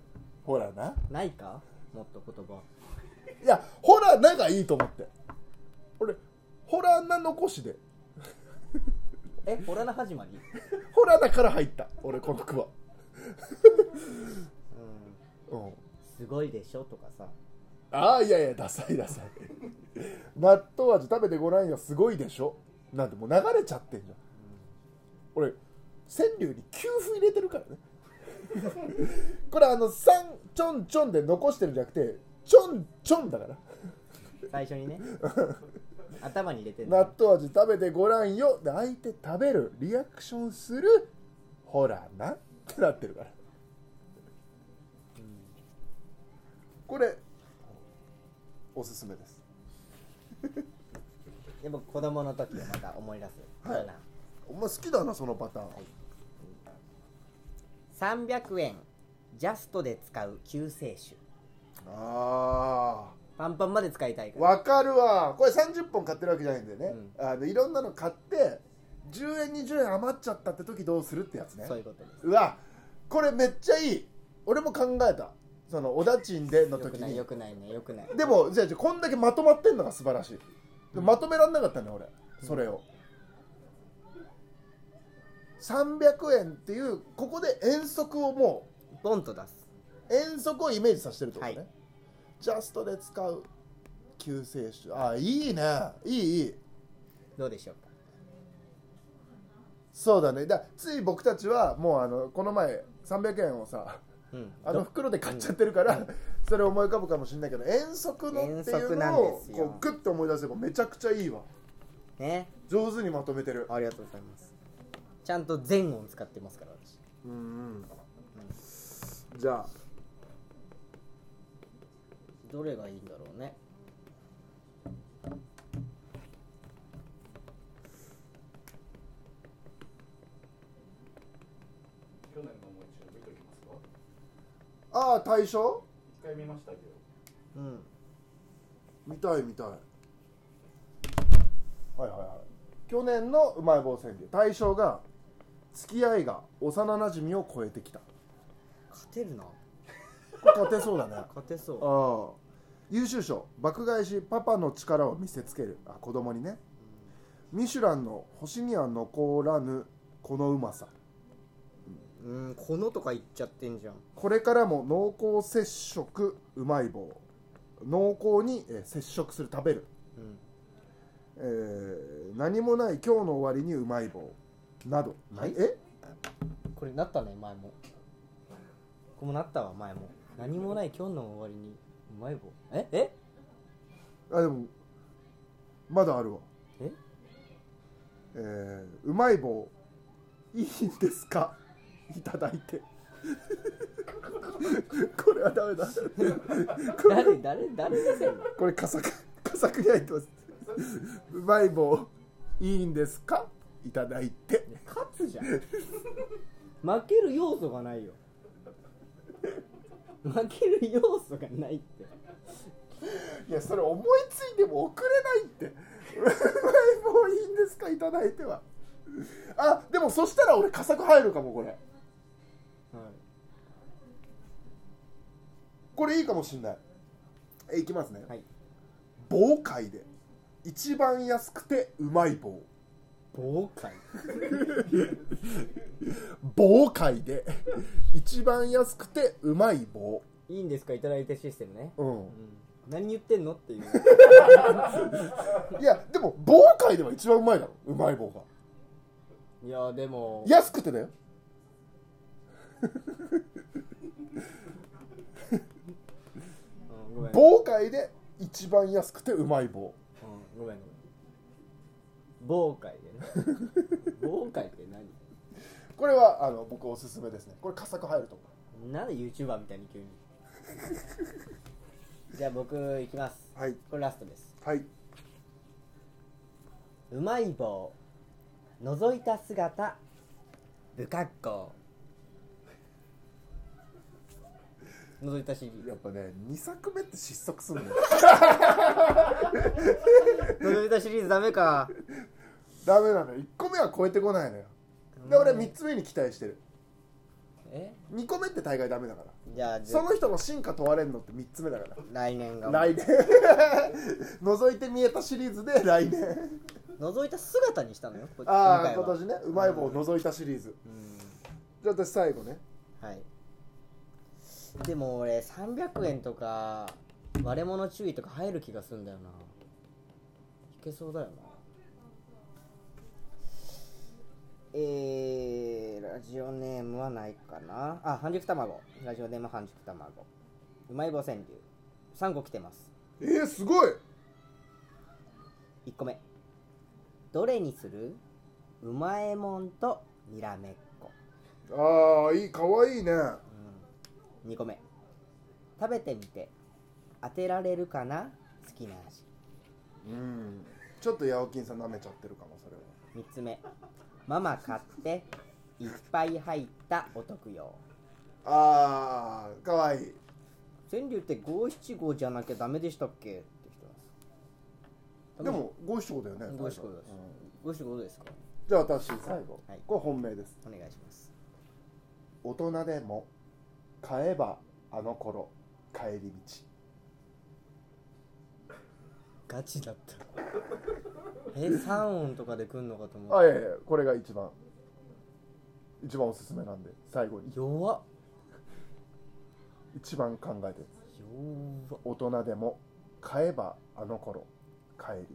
[SPEAKER 1] ほらな
[SPEAKER 3] ないかもっと言葉
[SPEAKER 1] いやほらながいいと思って俺ほらな残しで
[SPEAKER 3] えホラの始まり
[SPEAKER 1] ほらなから入った俺この句は
[SPEAKER 3] うん
[SPEAKER 1] うん
[SPEAKER 3] すごいでしょとかさ
[SPEAKER 1] ああいやいやダサいダサい納豆味食べてごらんよすごいでしょなんてもう流れちゃってんじゃん、俺川柳に給付入れてるからね これあの「さんちょんちょん」で残してるんじゃなくて「ちょんちょん」だから
[SPEAKER 3] 最初にね頭に入れてる
[SPEAKER 1] 納豆味食べてごらんよで相手食べるリアクションするほらなってなってるから、これおすすめです
[SPEAKER 3] で僕子供の時をまた思い出す、
[SPEAKER 1] はいお前好きだなそのパターン、
[SPEAKER 3] 300円ジャストで使う救世主
[SPEAKER 1] ああ
[SPEAKER 3] パンパンまで使いたいから
[SPEAKER 1] わかるわこれ30本買ってるわけじゃないんだよね、
[SPEAKER 3] う
[SPEAKER 1] あのいろんなの買って10円20円余っちゃったって時どうするってやつね
[SPEAKER 3] そういうことです
[SPEAKER 1] うわこれめっちゃいい俺も考えたそのおだちんでの
[SPEAKER 3] よ
[SPEAKER 1] 時
[SPEAKER 3] くない
[SPEAKER 1] に
[SPEAKER 3] よくないねよくない
[SPEAKER 1] でもじゃあじゃあこんだけまとまってんのが素晴らしい、まとめらんなかったね俺それを、300円っていうここで遠足をも
[SPEAKER 3] ポンと出す
[SPEAKER 1] う遠足をイメージさせてるってことね、
[SPEAKER 3] はい
[SPEAKER 1] ジャストで使う救世主あいいねいいいい
[SPEAKER 3] どうでしょうか
[SPEAKER 1] そうだねだつい僕たちはもうあのこの前300円をさ
[SPEAKER 3] うん
[SPEAKER 1] あの袋で買っちゃってるから、それ思い浮かぶかもしれないけど遠足のってい
[SPEAKER 3] 遠
[SPEAKER 1] う
[SPEAKER 3] 足なん
[SPEAKER 1] の
[SPEAKER 3] で
[SPEAKER 1] を
[SPEAKER 3] すよ
[SPEAKER 1] こうグッと思い出せばめちゃくちゃいいわ
[SPEAKER 3] ね
[SPEAKER 1] 上手にまとめてる
[SPEAKER 3] ありがとうございますちゃんと全音使ってますから私
[SPEAKER 1] うんうんじゃあ
[SPEAKER 3] どれがいいんだろうね
[SPEAKER 4] 去年のもう一度見ときますか
[SPEAKER 1] ああ大賞
[SPEAKER 4] 一回見ましたけど
[SPEAKER 3] うん
[SPEAKER 1] 見たい見たいはいはいはい去年のうまい棒川柳大賞が「付き合いが幼なじみを超えてきた」
[SPEAKER 3] 勝てるな
[SPEAKER 1] これ勝て そうだね
[SPEAKER 3] 勝てそう
[SPEAKER 1] ああ優秀賞爆買いしパパの力を見せつけるあ子供にねミシュランの星には残らぬこのうまさ
[SPEAKER 3] うんこのとか言っちゃってんじゃん
[SPEAKER 1] これからも濃厚接触うまい棒濃厚にえー接触する食べる、
[SPEAKER 3] うん
[SPEAKER 1] えー何もない今日の終わりにうまい棒など
[SPEAKER 3] はい
[SPEAKER 1] え
[SPEAKER 3] これなったね前もこれもなったわ前も何もない今日の終わりにうまい棒ええ
[SPEAKER 1] あでもまだあるわ
[SPEAKER 3] え
[SPEAKER 1] えーうまい棒いいんですか いただいて これはダメだこれ
[SPEAKER 3] 誰誰誰出せんの
[SPEAKER 1] これ佳作佳作に入ってますうまい棒いいんですかいただいて
[SPEAKER 3] 勝つじゃん負ける要素がないよ負ける要素がないって
[SPEAKER 1] いやそれ思いついても送れないってうまい棒いいんですかいただいてはあでもそしたら俺佳作入るかもこれ
[SPEAKER 3] はい
[SPEAKER 1] これいいかもしんないえいきますね、
[SPEAKER 3] はい
[SPEAKER 1] 棒界で一番安くてうまい棒
[SPEAKER 3] 豪快
[SPEAKER 1] 棒界で一番安くてうまい棒
[SPEAKER 3] いいんですかいただいたシステムね、
[SPEAKER 1] うん
[SPEAKER 3] うん、何言ってんのっていう
[SPEAKER 1] いやでも棒界では一番うまいだろうまい棒が
[SPEAKER 3] いやでも
[SPEAKER 1] 安くてだよ
[SPEAKER 3] うん、ごめん、うん、
[SPEAKER 1] 棒界で一番安くてうまい棒
[SPEAKER 3] ごめんごめん豪快でね豪快って何
[SPEAKER 1] これはあの僕おすすめですねこれ佳作入ると思
[SPEAKER 3] なんで YouTuber みたいに急にじゃあ僕いきます
[SPEAKER 1] うはい
[SPEAKER 3] これラストです
[SPEAKER 1] はい、
[SPEAKER 3] うまい棒覗いた姿不格好覗いた CD
[SPEAKER 1] やっぱね2作目って失速するのよ
[SPEAKER 3] 覗いたシリーズダメか
[SPEAKER 1] ダメなのよ1個目は超えてこないのよで俺3つ目に期待してる
[SPEAKER 3] え
[SPEAKER 1] 2個目って大概ダメだから
[SPEAKER 3] じゃあ
[SPEAKER 1] その人の進化問われるのって3つ目だから
[SPEAKER 3] 来年が
[SPEAKER 1] 来年 覗いて見えたシリーズで来年
[SPEAKER 3] 覗いた姿にしたのよこ
[SPEAKER 1] ああ
[SPEAKER 3] 今
[SPEAKER 1] 今
[SPEAKER 3] 回は
[SPEAKER 1] 年ねうまい棒を覗いたシリーズじゃあ私最後ね
[SPEAKER 3] うんはいでも俺300円とか割れ物注意とか入る気がすんだよないけそうだよなえー、ラジオネームはないかなあ半熟卵ラジオネーム半熟卵うまい棒川柳3個来てます
[SPEAKER 1] えー、すごい
[SPEAKER 3] 1個目どれにするうまえもんとにらめっこ
[SPEAKER 1] ああいいかわいいね
[SPEAKER 3] 2個目食べてみて当てられるかな好きな味
[SPEAKER 1] うんちょっとヤオキンさん舐めちゃってるかもそれは
[SPEAKER 3] 3つ目ママ買っていっぱい入ったお得よ
[SPEAKER 1] ああかわいい
[SPEAKER 3] 川柳って五七五じゃなきゃダメでしたっけって人なんです
[SPEAKER 1] でも五七五だよね
[SPEAKER 3] 五七五です
[SPEAKER 1] うん
[SPEAKER 3] 五七五ですか
[SPEAKER 1] じゃあ私最後、
[SPEAKER 3] はい
[SPEAKER 1] これ本命です
[SPEAKER 3] お願いします
[SPEAKER 1] 大人でも買えばあの頃帰り道
[SPEAKER 3] ガチだったえ三音とかで来んのかと思
[SPEAKER 1] あ
[SPEAKER 3] う
[SPEAKER 1] いやいやこれが一番一番おすすめなんで最後に
[SPEAKER 3] 弱っ
[SPEAKER 1] 一番考えてる
[SPEAKER 3] 弱っ
[SPEAKER 1] 大人でも買えばあの頃帰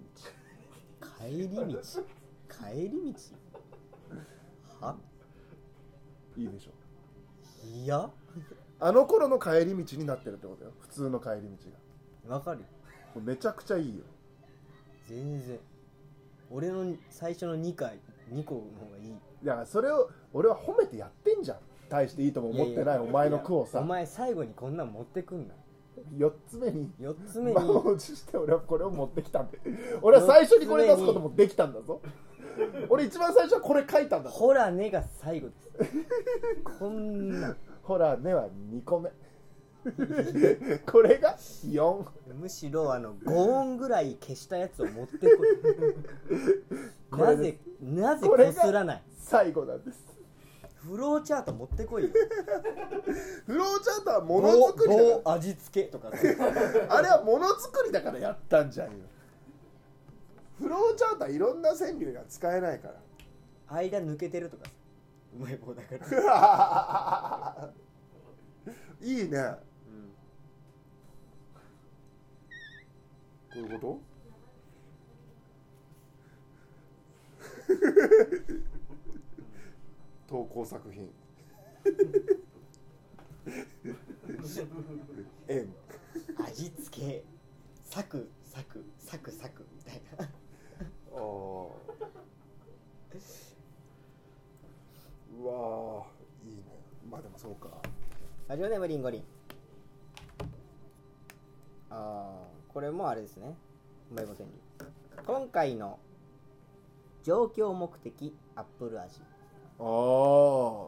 [SPEAKER 3] 帰り
[SPEAKER 1] り道
[SPEAKER 3] 道帰り道
[SPEAKER 1] いいでしょ
[SPEAKER 3] はいや
[SPEAKER 1] あの頃の帰り道になってるってことよ普通の帰り道が
[SPEAKER 3] わかるよ
[SPEAKER 1] これめちゃくちゃいいよ
[SPEAKER 3] 全然俺の最初の2回2個の方がいい
[SPEAKER 1] だからそれを俺は褒めてやってんじゃん大していいとも思って
[SPEAKER 3] いや
[SPEAKER 1] ないいお前の句をさ
[SPEAKER 3] お前最後にこんなん持ってくんな
[SPEAKER 1] 4つ目に
[SPEAKER 3] 4つ目に
[SPEAKER 1] 満を持して俺はこれを持ってきたんで俺は最初にこれ出すこともできたんだぞ俺一番最初はこれ書いた
[SPEAKER 3] 「
[SPEAKER 1] んだぞ
[SPEAKER 3] ほらね」が最後ですこんな
[SPEAKER 1] ほらねは2個目これが4
[SPEAKER 3] むしろあの5音ぐらい消したやつを持ってこい
[SPEAKER 1] こ
[SPEAKER 3] な
[SPEAKER 1] れ
[SPEAKER 3] ぜ
[SPEAKER 1] で
[SPEAKER 3] なぜ
[SPEAKER 1] これ
[SPEAKER 3] こ
[SPEAKER 1] が
[SPEAKER 3] すらない
[SPEAKER 1] 最後なんです
[SPEAKER 3] フローチャート持ってこいよ
[SPEAKER 1] フローチャートはものづくりだ
[SPEAKER 3] 棒棒味付けとかさ
[SPEAKER 1] からあれはものづくりだからやったんじゃんよフローチャートはいろんな川柳が使えないから
[SPEAKER 3] 間抜けてるとかさうまい棒だから、
[SPEAKER 1] いいね
[SPEAKER 3] うん
[SPEAKER 1] こういうこと 投稿作 品円
[SPEAKER 3] 味付けサクサクサクサクみたいな
[SPEAKER 1] あーうわーいいねまあでもそうか
[SPEAKER 3] ラジオネームリンゴリンあーこれもあれですねうまい棒川柳今回の状況目的アップル味
[SPEAKER 1] ああ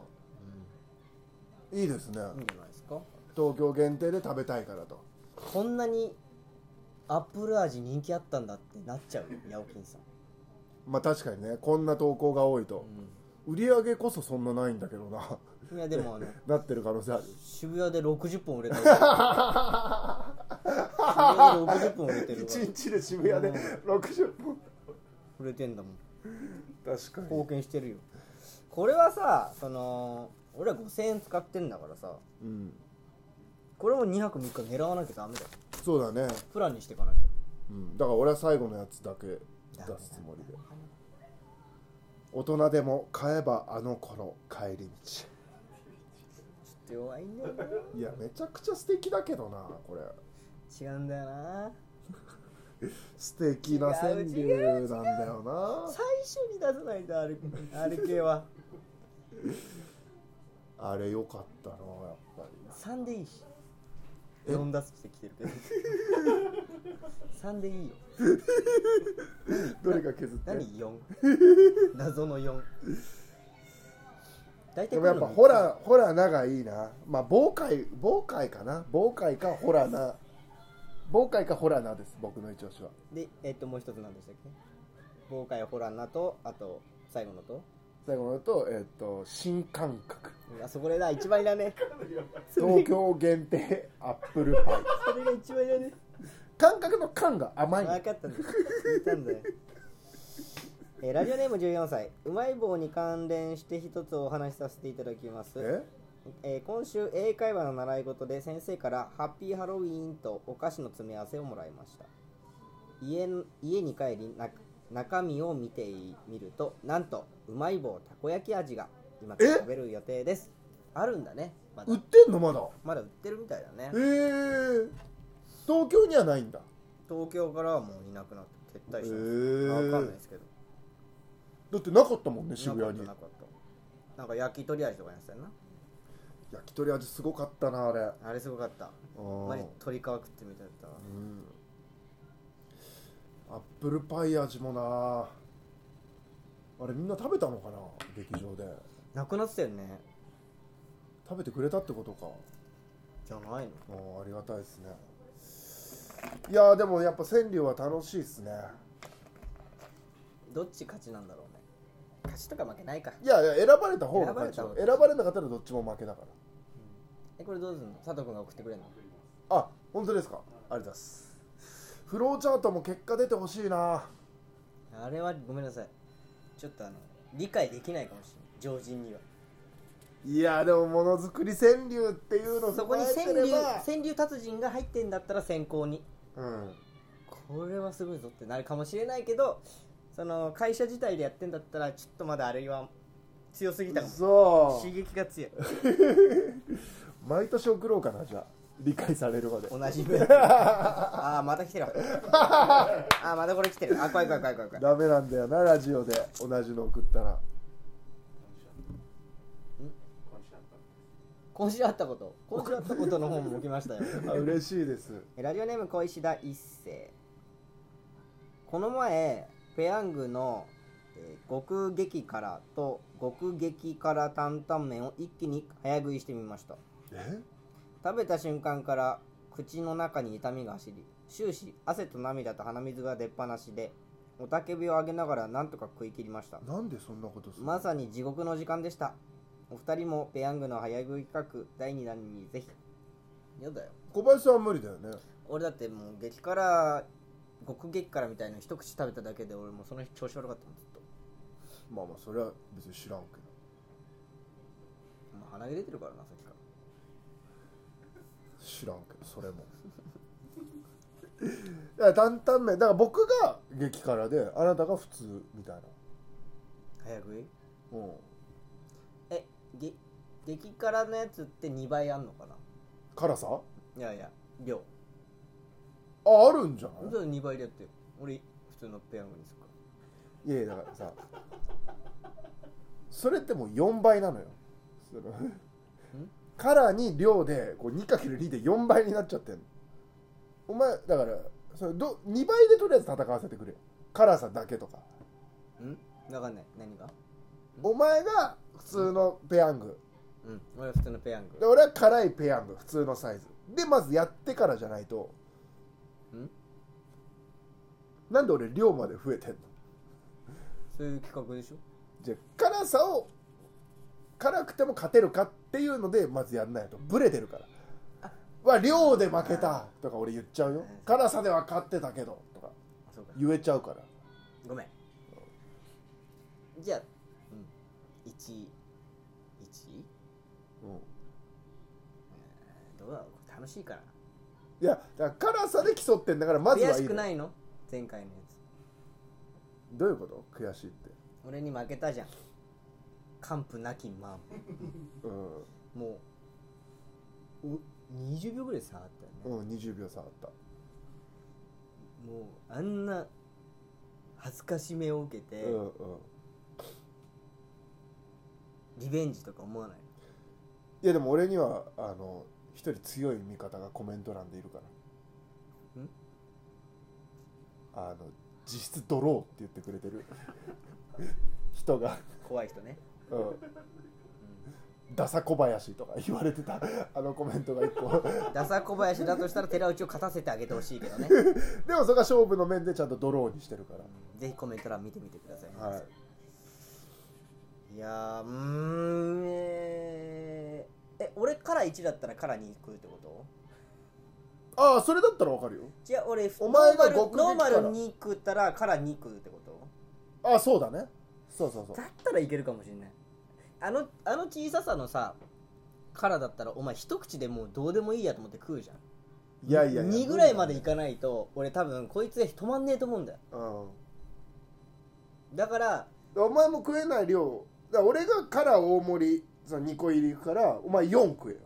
[SPEAKER 1] いいですね
[SPEAKER 3] いいんじゃないですか
[SPEAKER 1] 東京限定で食べたいからと
[SPEAKER 3] こんなにアップル味人気あったんだってなっちゃうよヤオキンさん、
[SPEAKER 1] まあ確かにねこんな投稿が多いと、売り上げこそそんなないんだけどな
[SPEAKER 3] いやでもあ の
[SPEAKER 1] なってる可能性ある
[SPEAKER 3] 渋谷で60本売 れた渋谷で60本売れてるわ
[SPEAKER 1] 1日で渋谷で60本
[SPEAKER 3] 売れてんだもん
[SPEAKER 1] 確か
[SPEAKER 3] 貢献してるよこれはさその俺は5000円使ってんだからさ
[SPEAKER 1] うん
[SPEAKER 3] これも2泊3日狙わなきゃダメだよ
[SPEAKER 1] そうだね、
[SPEAKER 3] プランにしていかなきゃ
[SPEAKER 1] うん、だから俺は最後のやつだけ出すつもりで大人でも買えばあの頃帰り道
[SPEAKER 3] ちょっと弱いんだよない
[SPEAKER 1] やめちゃくちゃ素敵だけどなこれ
[SPEAKER 3] 違うんだよな
[SPEAKER 1] 素敵な川柳なんだよな
[SPEAKER 3] 最初に出さないとあれあれ系は
[SPEAKER 1] あれ良かったなやっぱり
[SPEAKER 3] 3でいいし
[SPEAKER 1] え
[SPEAKER 3] 4打数してきてるけど3でいいよ
[SPEAKER 1] どれが削って
[SPEAKER 3] 何4謎の4大体こ
[SPEAKER 1] でも
[SPEAKER 3] うい
[SPEAKER 1] や
[SPEAKER 3] う
[SPEAKER 1] っ
[SPEAKER 3] の
[SPEAKER 1] ぱホラーホラーながいいなまあ防海防海かな防海かホラーな防海かホラーなです僕の一押しは
[SPEAKER 3] でえっともう一つ何でしたっけ豪快ホランナとあと最後のと
[SPEAKER 1] 最後のとえっ、と新感覚
[SPEAKER 3] あそこでだ一番いらねえ
[SPEAKER 1] 東京限定アップルパイ
[SPEAKER 3] それが一番いらね
[SPEAKER 1] 感覚の感が甘
[SPEAKER 3] え
[SPEAKER 1] い
[SPEAKER 3] 分かったんだよ聞いたんだよえーラジオネーム14歳うまい棒に関連して一つお話しさせていただきます
[SPEAKER 1] え
[SPEAKER 3] えー今週英会話の習い事で先生からハッピーハロウィーンとお菓子の詰め合わせをもらいました家の家に帰りな中身を見てい見るとなんとうまい棒たこ焼き味が今から
[SPEAKER 1] え
[SPEAKER 3] 食べる予定ですあるんだねまだ
[SPEAKER 1] 売ってんのまだ
[SPEAKER 3] まだ売ってるみたいだね
[SPEAKER 1] えー、東京にはないんだ
[SPEAKER 3] 東京からはもういなくなって撤退したんです
[SPEAKER 1] へー
[SPEAKER 3] わかんないですけど
[SPEAKER 1] だってなかったもんね渋谷に
[SPEAKER 3] なかったなかったなんか焼き鳥味とかやってたよな
[SPEAKER 1] 焼き鳥味すごかったなあれ
[SPEAKER 3] あれすごかった
[SPEAKER 1] うん
[SPEAKER 3] マジ鳥皮食ってみたいだったわ
[SPEAKER 1] うんアップルパイ味もなあれみんな食べたのかな劇場で
[SPEAKER 3] なくなってたよね
[SPEAKER 1] 食べてくれたってことか
[SPEAKER 3] じゃないの
[SPEAKER 1] もうありがたいですねいやーでもやっぱ川柳は楽しいですね
[SPEAKER 3] どっち勝ちなんだろうね勝ちとか負けないか
[SPEAKER 1] いやいや選ばれた方の勝ちよ選
[SPEAKER 3] 選
[SPEAKER 1] ばれなかったらどっちも負けだから
[SPEAKER 3] えこれどうすんの佐藤君が送ってくれるの
[SPEAKER 1] あ本当ですかありがとうございますフローチャートも結果出てほしいな
[SPEAKER 3] あれはごめんなさいちょっとあの理解できないかもしれない常人にはい
[SPEAKER 1] やーでもものづくり川柳っていうのを
[SPEAKER 3] そこに
[SPEAKER 1] 踏ま
[SPEAKER 3] 川
[SPEAKER 1] えてれ
[SPEAKER 3] 柳
[SPEAKER 1] ば
[SPEAKER 3] 川柳達人が入ってんだったら先行に
[SPEAKER 1] うん
[SPEAKER 3] これはすごいぞってなるかもしれないけどその会社自体でやってんだったらちょっとまだあれは強すぎたかも
[SPEAKER 1] そ
[SPEAKER 3] 刺激が強いう
[SPEAKER 1] 毎年送ろうかなじゃあ理解されるまで
[SPEAKER 3] 同じぐ らいああまた来てるわああまたこれ来てるあ怖い怖い怖い怖い怖い
[SPEAKER 1] ダメなんだよなラジオで同じの送ったら
[SPEAKER 4] 今週あった
[SPEAKER 3] 今週あったこと今週あったことの本も来ましたよ
[SPEAKER 1] あ嬉しいです
[SPEAKER 3] ラジオネーム小石田一世この前ペヤングの、えー極激辛と極激辛担々麺を一気に早食いしてみました
[SPEAKER 1] え
[SPEAKER 3] 食べた瞬間から口の中に痛みが走り終始汗と涙と鼻水が出っ放しでおたけびを上げながらなんとか食い切りました
[SPEAKER 1] なんでそんなことするの
[SPEAKER 3] まさに地獄の時間でしたお二人もペヤングの早食い企画第2弾にぜひやだよ
[SPEAKER 1] 小林さんは無理だよね
[SPEAKER 3] 俺だってもう激辛極激辛みたいな一口食べただけで俺もうその日調子悪かったもんずっと
[SPEAKER 1] まあまあそれは別に知らんけど
[SPEAKER 3] もう鼻毛出てるからなさっきから
[SPEAKER 1] 知らんけどそれもいや担々麺だから僕が激辛であなたが普通みたいな
[SPEAKER 3] 早食い
[SPEAKER 1] うん
[SPEAKER 3] えげ激辛のやつって2倍あんのかな
[SPEAKER 1] 辛さ
[SPEAKER 3] いやいや量
[SPEAKER 1] ああるんじゃな
[SPEAKER 3] それ2倍でやってよ俺普通のペヤングにするか
[SPEAKER 1] いいやいやだからさそれってもう4倍なのよその辛に量でこう 2×2 で4倍になっちゃってんのお前だからそれど2倍でとりあえず戦わせてくれよ辛さだけとから
[SPEAKER 3] ん分かんない何が
[SPEAKER 1] お前が普通のペヤング、
[SPEAKER 3] うん俺は普通のペヤン
[SPEAKER 1] で
[SPEAKER 3] グ
[SPEAKER 1] 俺は辛いペヤング普通のサイズでまずやってからじゃないと
[SPEAKER 3] ん
[SPEAKER 1] なんで俺量まで増えてんの
[SPEAKER 3] そういう企画でしょ
[SPEAKER 1] じゃあ辛さを辛くても勝てるかっていうのでまずやんないとブレてるからは量で負けたとか俺言っちゃうよ辛さでは勝ってたけどとか
[SPEAKER 3] あそうか
[SPEAKER 1] 言えちゃうから
[SPEAKER 3] ごめんじゃあうん1 1
[SPEAKER 1] うん
[SPEAKER 3] どうだろうこれ楽しいから
[SPEAKER 1] いやだから辛さで競ってんだからまず
[SPEAKER 3] 悔
[SPEAKER 1] はい
[SPEAKER 3] し
[SPEAKER 1] い
[SPEAKER 3] く
[SPEAKER 1] のよ
[SPEAKER 3] ないの前回のやつ
[SPEAKER 1] どういうこと悔しいって
[SPEAKER 3] 俺に負けたじゃん完膚なきま
[SPEAKER 1] うん
[SPEAKER 3] んもうう20秒ぐらい差あったよね
[SPEAKER 1] うん、20秒差あった
[SPEAKER 3] もうあんな恥ずかしめを受けて、
[SPEAKER 1] うんうん
[SPEAKER 3] リベンジとか思わない
[SPEAKER 1] いやでも俺にはあの一人強い味方がコメント欄でいるから
[SPEAKER 3] ん
[SPEAKER 1] あの実質ドローって言ってくれてる人が、
[SPEAKER 3] 怖い人ね
[SPEAKER 1] うん、ダサ小林とか言われてたあのコメントが一個
[SPEAKER 3] ダサ小林だとしたら寺内を勝たせてあげてほしいけ どね
[SPEAKER 1] でもそれが勝負の面でちゃんとドローにしてるか
[SPEAKER 3] ぜひコメント欄見てみてください、
[SPEAKER 1] ら、はい、
[SPEAKER 3] い、やーうーんえーえ俺から1だったらから2行くってこと
[SPEAKER 1] ああそれだったらわかるよ
[SPEAKER 3] じゃあ俺
[SPEAKER 1] お前が
[SPEAKER 3] ノ
[SPEAKER 1] 極
[SPEAKER 3] ーマルノー
[SPEAKER 1] 撃
[SPEAKER 3] マル
[SPEAKER 1] から
[SPEAKER 3] 2食ったらから2食うってこと
[SPEAKER 1] ああそうだねそうそうそう
[SPEAKER 3] だったらいけるかもしれないあのあの小ささのさからだったらお前一口でもうどうでもいいやと思って食うじゃん
[SPEAKER 1] いやいやいや
[SPEAKER 3] 2ぐらいまでいかないと俺多分こいつで止まんねえと思うんだよ
[SPEAKER 1] うん
[SPEAKER 3] だから
[SPEAKER 1] お前も食えない量だから俺がから大盛りその2個入りいくからお前4食えよ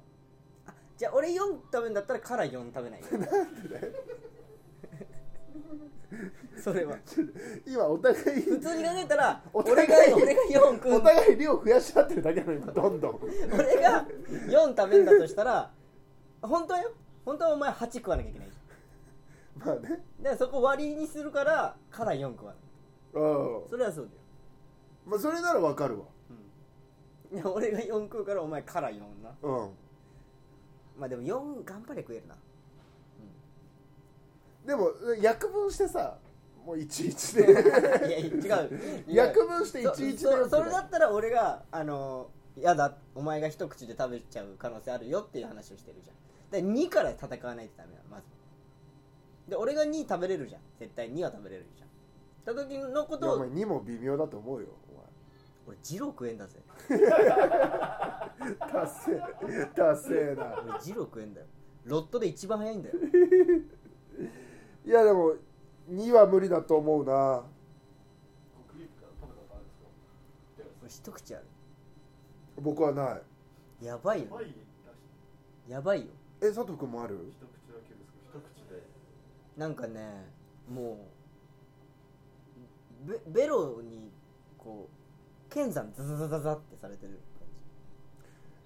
[SPEAKER 3] じゃあ俺4食べるんだったらから4食 べないよなんでだよそれは
[SPEAKER 1] 今お互い
[SPEAKER 3] 普通に考えたら
[SPEAKER 1] お
[SPEAKER 3] 俺
[SPEAKER 1] 互い
[SPEAKER 3] が俺が4食
[SPEAKER 1] お
[SPEAKER 3] う
[SPEAKER 1] 互い量増やし合ってるだけなの今どんどん
[SPEAKER 3] 俺が4食べるんだとしたら本当はよ本当はお前8食わなきゃいけないじ
[SPEAKER 1] まあ
[SPEAKER 3] ゃ
[SPEAKER 1] ね
[SPEAKER 3] んだからそこ割りにするからから4食わない
[SPEAKER 1] うん
[SPEAKER 3] それはそうだよ
[SPEAKER 1] まあそれならわかるわ
[SPEAKER 3] いや俺が4食うからお前から4な
[SPEAKER 1] うん
[SPEAKER 3] まあでも4頑張れ食えるな
[SPEAKER 1] でも約分してさもう11で
[SPEAKER 3] いや違う違う
[SPEAKER 1] 約分して11で
[SPEAKER 3] そそそれだ
[SPEAKER 1] よ
[SPEAKER 3] ったら俺があのやだお前が一口で食べちゃう可能性あるよっていう話をしてるじゃんで2から戦わないとダメなのまずで俺が2食べれるじゃん絶対2は食べれるじゃんた時のこ
[SPEAKER 1] いや
[SPEAKER 3] と
[SPEAKER 1] お
[SPEAKER 3] を
[SPEAKER 1] 前2も微妙だと思うよ
[SPEAKER 3] 俺ジロー食えんだぜ
[SPEAKER 1] お前達成達成な
[SPEAKER 3] 俺ジロー食えんだよロットで一番早いんだよ
[SPEAKER 1] いやでも2は無理だと思うな
[SPEAKER 4] クリープから食べたことあるんですか
[SPEAKER 3] 俺一口ある
[SPEAKER 1] 僕はない
[SPEAKER 3] やばいよ
[SPEAKER 4] パイ出し
[SPEAKER 3] やばいよ
[SPEAKER 1] え佐藤君もある
[SPEAKER 4] 一口だけですけど一口で
[SPEAKER 3] なんかねもうベベロにこう剣山ザザザザザってされてる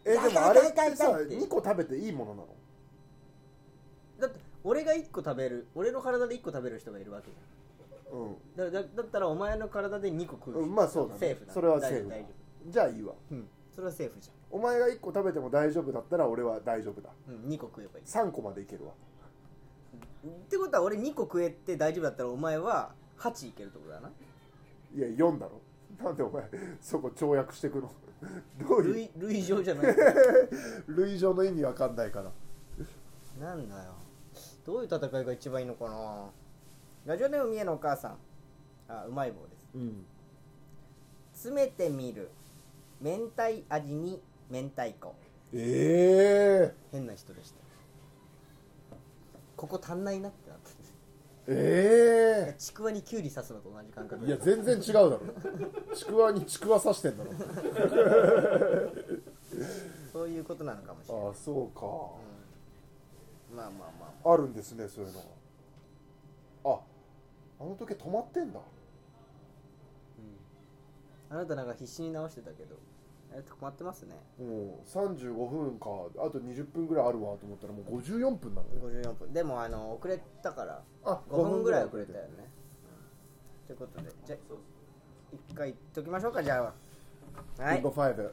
[SPEAKER 3] 感じ
[SPEAKER 1] えでもあれっ
[SPEAKER 3] 痛い痛い
[SPEAKER 1] てさ
[SPEAKER 3] 痛い痛い
[SPEAKER 1] 2個食べていいものなの
[SPEAKER 3] だって俺が1個食べる俺の体で1個食べる人がいるわけじ
[SPEAKER 1] う
[SPEAKER 3] ゃんだだだったらお前の体で2個食う人、
[SPEAKER 1] うんまあそうだね
[SPEAKER 3] セーフだ
[SPEAKER 1] それはセー
[SPEAKER 3] 大丈
[SPEAKER 1] フだ
[SPEAKER 3] 夫大丈
[SPEAKER 1] んじゃあいいわ
[SPEAKER 3] 夫うんそれはセーフじ
[SPEAKER 1] お前が1個食べても大丈夫だったら俺は大丈夫だ
[SPEAKER 3] ゃん、うん、2個食えばいい
[SPEAKER 1] 3個までいけるわ
[SPEAKER 3] ってことは俺2個食えて大丈夫だったらお前は8いけるってことだない
[SPEAKER 1] や4だろなんでお前そこ跳躍してくの どういう
[SPEAKER 3] 類類上じゃない
[SPEAKER 1] 類上の意味わかんないから
[SPEAKER 3] なんだよどういう戦いが一番いいのかなラジオネーム三重のお母さんあうまい棒です
[SPEAKER 1] うん
[SPEAKER 3] 詰めてみる明太味に明太子
[SPEAKER 1] え
[SPEAKER 3] 変な人でしたここ足んないなってなって
[SPEAKER 1] ええ
[SPEAKER 3] ちくわにきゅうり刺すのと同じ感覚
[SPEAKER 1] えいや全然違うだろちくわにちくわ刺してんだろ
[SPEAKER 3] そういうことなのかもしれない、
[SPEAKER 1] ああそうか
[SPEAKER 3] うんまあまあまあ
[SPEAKER 1] あるんですねそういうのがああの時計止まってんだ
[SPEAKER 3] あなたなんか必死に直してたけどえっと困ってますね
[SPEAKER 1] もう35分かあと20分ぐらいあるわと思ったらもう54分なんだよ
[SPEAKER 3] 54分でもあの遅れたから
[SPEAKER 1] あ
[SPEAKER 3] 5分ぐらい遅れたよねということでじゃ
[SPEAKER 4] そう
[SPEAKER 3] 一回言っときましょうかじゃあは
[SPEAKER 1] ビ
[SPEAKER 3] い
[SPEAKER 1] ンゴ5
[SPEAKER 3] ね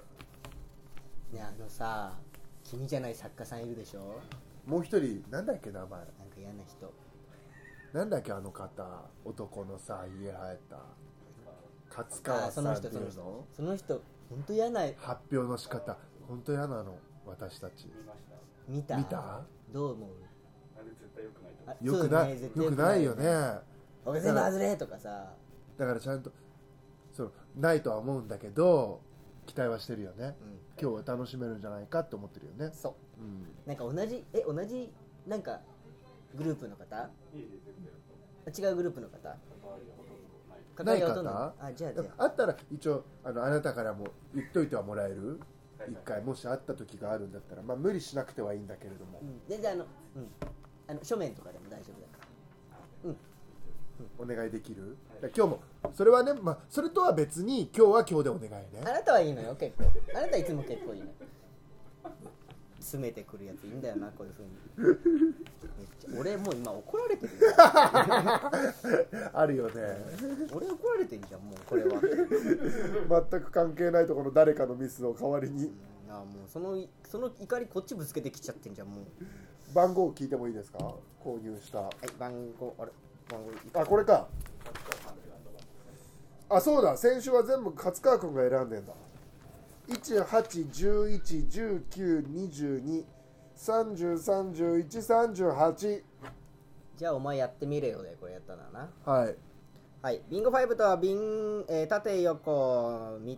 [SPEAKER 3] あのさ君じゃない作家さんいるでしょ
[SPEAKER 1] もう一人なんだっけ名前
[SPEAKER 3] なんか嫌な人
[SPEAKER 1] なんだっけあの方男のさ家生えた勝川
[SPEAKER 3] あそ
[SPEAKER 1] さ
[SPEAKER 3] の
[SPEAKER 1] んって
[SPEAKER 3] 人そ
[SPEAKER 1] い
[SPEAKER 3] の
[SPEAKER 1] う
[SPEAKER 3] 人
[SPEAKER 1] の
[SPEAKER 3] その人本当嫌な
[SPEAKER 1] 発表の仕方本当嫌なの私たち
[SPEAKER 4] 見ました
[SPEAKER 3] 見た
[SPEAKER 1] 見た
[SPEAKER 3] どう思う
[SPEAKER 4] あれ絶対良くないと思
[SPEAKER 3] あ
[SPEAKER 4] う
[SPEAKER 1] よくない、
[SPEAKER 3] そうね絶対
[SPEAKER 1] よくないよね
[SPEAKER 3] 俺全部外れとかさ
[SPEAKER 1] だからちゃんとそのないとは思うんだけど期待はしてるよね
[SPEAKER 3] う
[SPEAKER 1] 今日は楽しめるんじゃないかって思ってるよね
[SPEAKER 3] ん、そう
[SPEAKER 1] うん、
[SPEAKER 3] なんか同じえ同じなんかグループの方
[SPEAKER 4] いいで全然
[SPEAKER 3] 違うグループの方
[SPEAKER 4] 周りはほとんどな
[SPEAKER 1] な
[SPEAKER 4] い
[SPEAKER 1] い
[SPEAKER 3] が
[SPEAKER 1] 方
[SPEAKER 3] どんなあじゃあじゃあ
[SPEAKER 1] あったら一応あのあなたからも言っといてはもらえる
[SPEAKER 4] はい
[SPEAKER 1] 一回もし会った時があるんだったら、まあ、無理しなくてはいいんだけれども
[SPEAKER 3] う、ん全然あのうんあの書面とかでも大丈夫だから
[SPEAKER 1] お願いできる、
[SPEAKER 4] はい
[SPEAKER 1] だから今日もそれはね、まあ、それとは別に今日は今日でお願い
[SPEAKER 3] あ
[SPEAKER 1] ね
[SPEAKER 3] なたはいいのよ結構あなたいつも結構いいのよ詰めてくるやついいんだよなこういうふうにめっちゃ俺もう今怒られてるよ
[SPEAKER 1] あるよね
[SPEAKER 3] 俺怒られてんじゃんもうこれは
[SPEAKER 1] 全く関係ないところの誰かのミスの代わりに
[SPEAKER 3] あもうそのその怒りこっちぶつけてきちゃってんじゃんもう
[SPEAKER 1] 番号を聞いてもいいですか購入した
[SPEAKER 3] はい番号あれ番号い
[SPEAKER 1] あこれかあそうだ先週は全部勝川君が選んでんだ18111922303138
[SPEAKER 3] じゃあお前やってみれよでこれやったらな
[SPEAKER 1] はい
[SPEAKER 3] はいビンゴ5とはビン、えー縦横 3,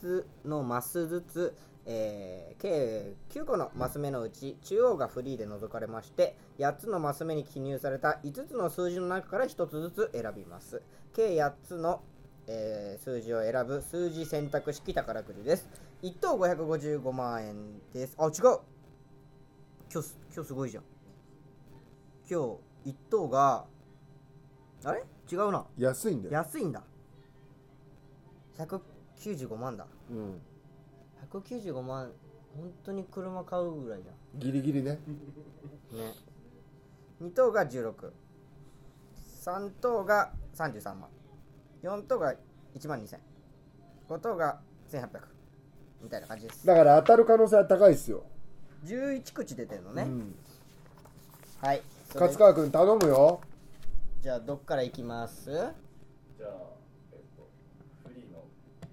[SPEAKER 3] つのマスずつ、えー計9個のマス目のうち中央がフリーで除かれまして8つのマス目に記入された5つの数字の中から1つずつ選びます計8つの、えー数字を選ぶ数字選択式宝くじです1等555万円ですあ違う今日す今日すごいじゃん今日1等があれ違うな
[SPEAKER 1] 安いんだよ、
[SPEAKER 3] 安いんだ195万だ
[SPEAKER 1] うん、
[SPEAKER 3] 195万本当に車買うぐらいじゃ
[SPEAKER 1] ギリギリね
[SPEAKER 3] んね2等が163等が33万4等が1万20005等が1800みたいな感じです
[SPEAKER 1] だから当たる可能性は高いですよ
[SPEAKER 3] 11口出てるのね、
[SPEAKER 1] うん
[SPEAKER 3] はいそれ
[SPEAKER 1] 勝川君頼むよ
[SPEAKER 3] じゃあどっからいきます
[SPEAKER 4] じゃあ、えっと、フリーの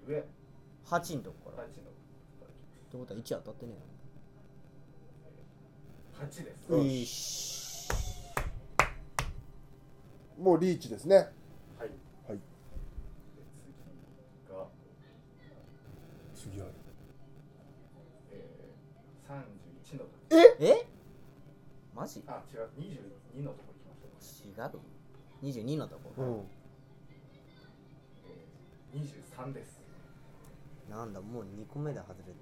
[SPEAKER 4] 上、
[SPEAKER 3] 8のとこから、
[SPEAKER 4] 八
[SPEAKER 3] っ
[SPEAKER 4] の
[SPEAKER 3] てことは1当たってね
[SPEAKER 4] 八です。
[SPEAKER 3] えな
[SPEAKER 1] う
[SPEAKER 3] よ
[SPEAKER 1] ん
[SPEAKER 3] いし
[SPEAKER 1] もうリーチですね
[SPEAKER 4] はい。
[SPEAKER 1] はい
[SPEAKER 4] で次が、
[SPEAKER 1] 次は
[SPEAKER 4] えー、三十一のとこ。
[SPEAKER 3] えマジ違
[SPEAKER 4] あ、違う、二十二のとこ行きましょう。
[SPEAKER 3] う22のとこ、
[SPEAKER 1] うん
[SPEAKER 4] 二十三です。
[SPEAKER 3] なんだもう2個目で外れてる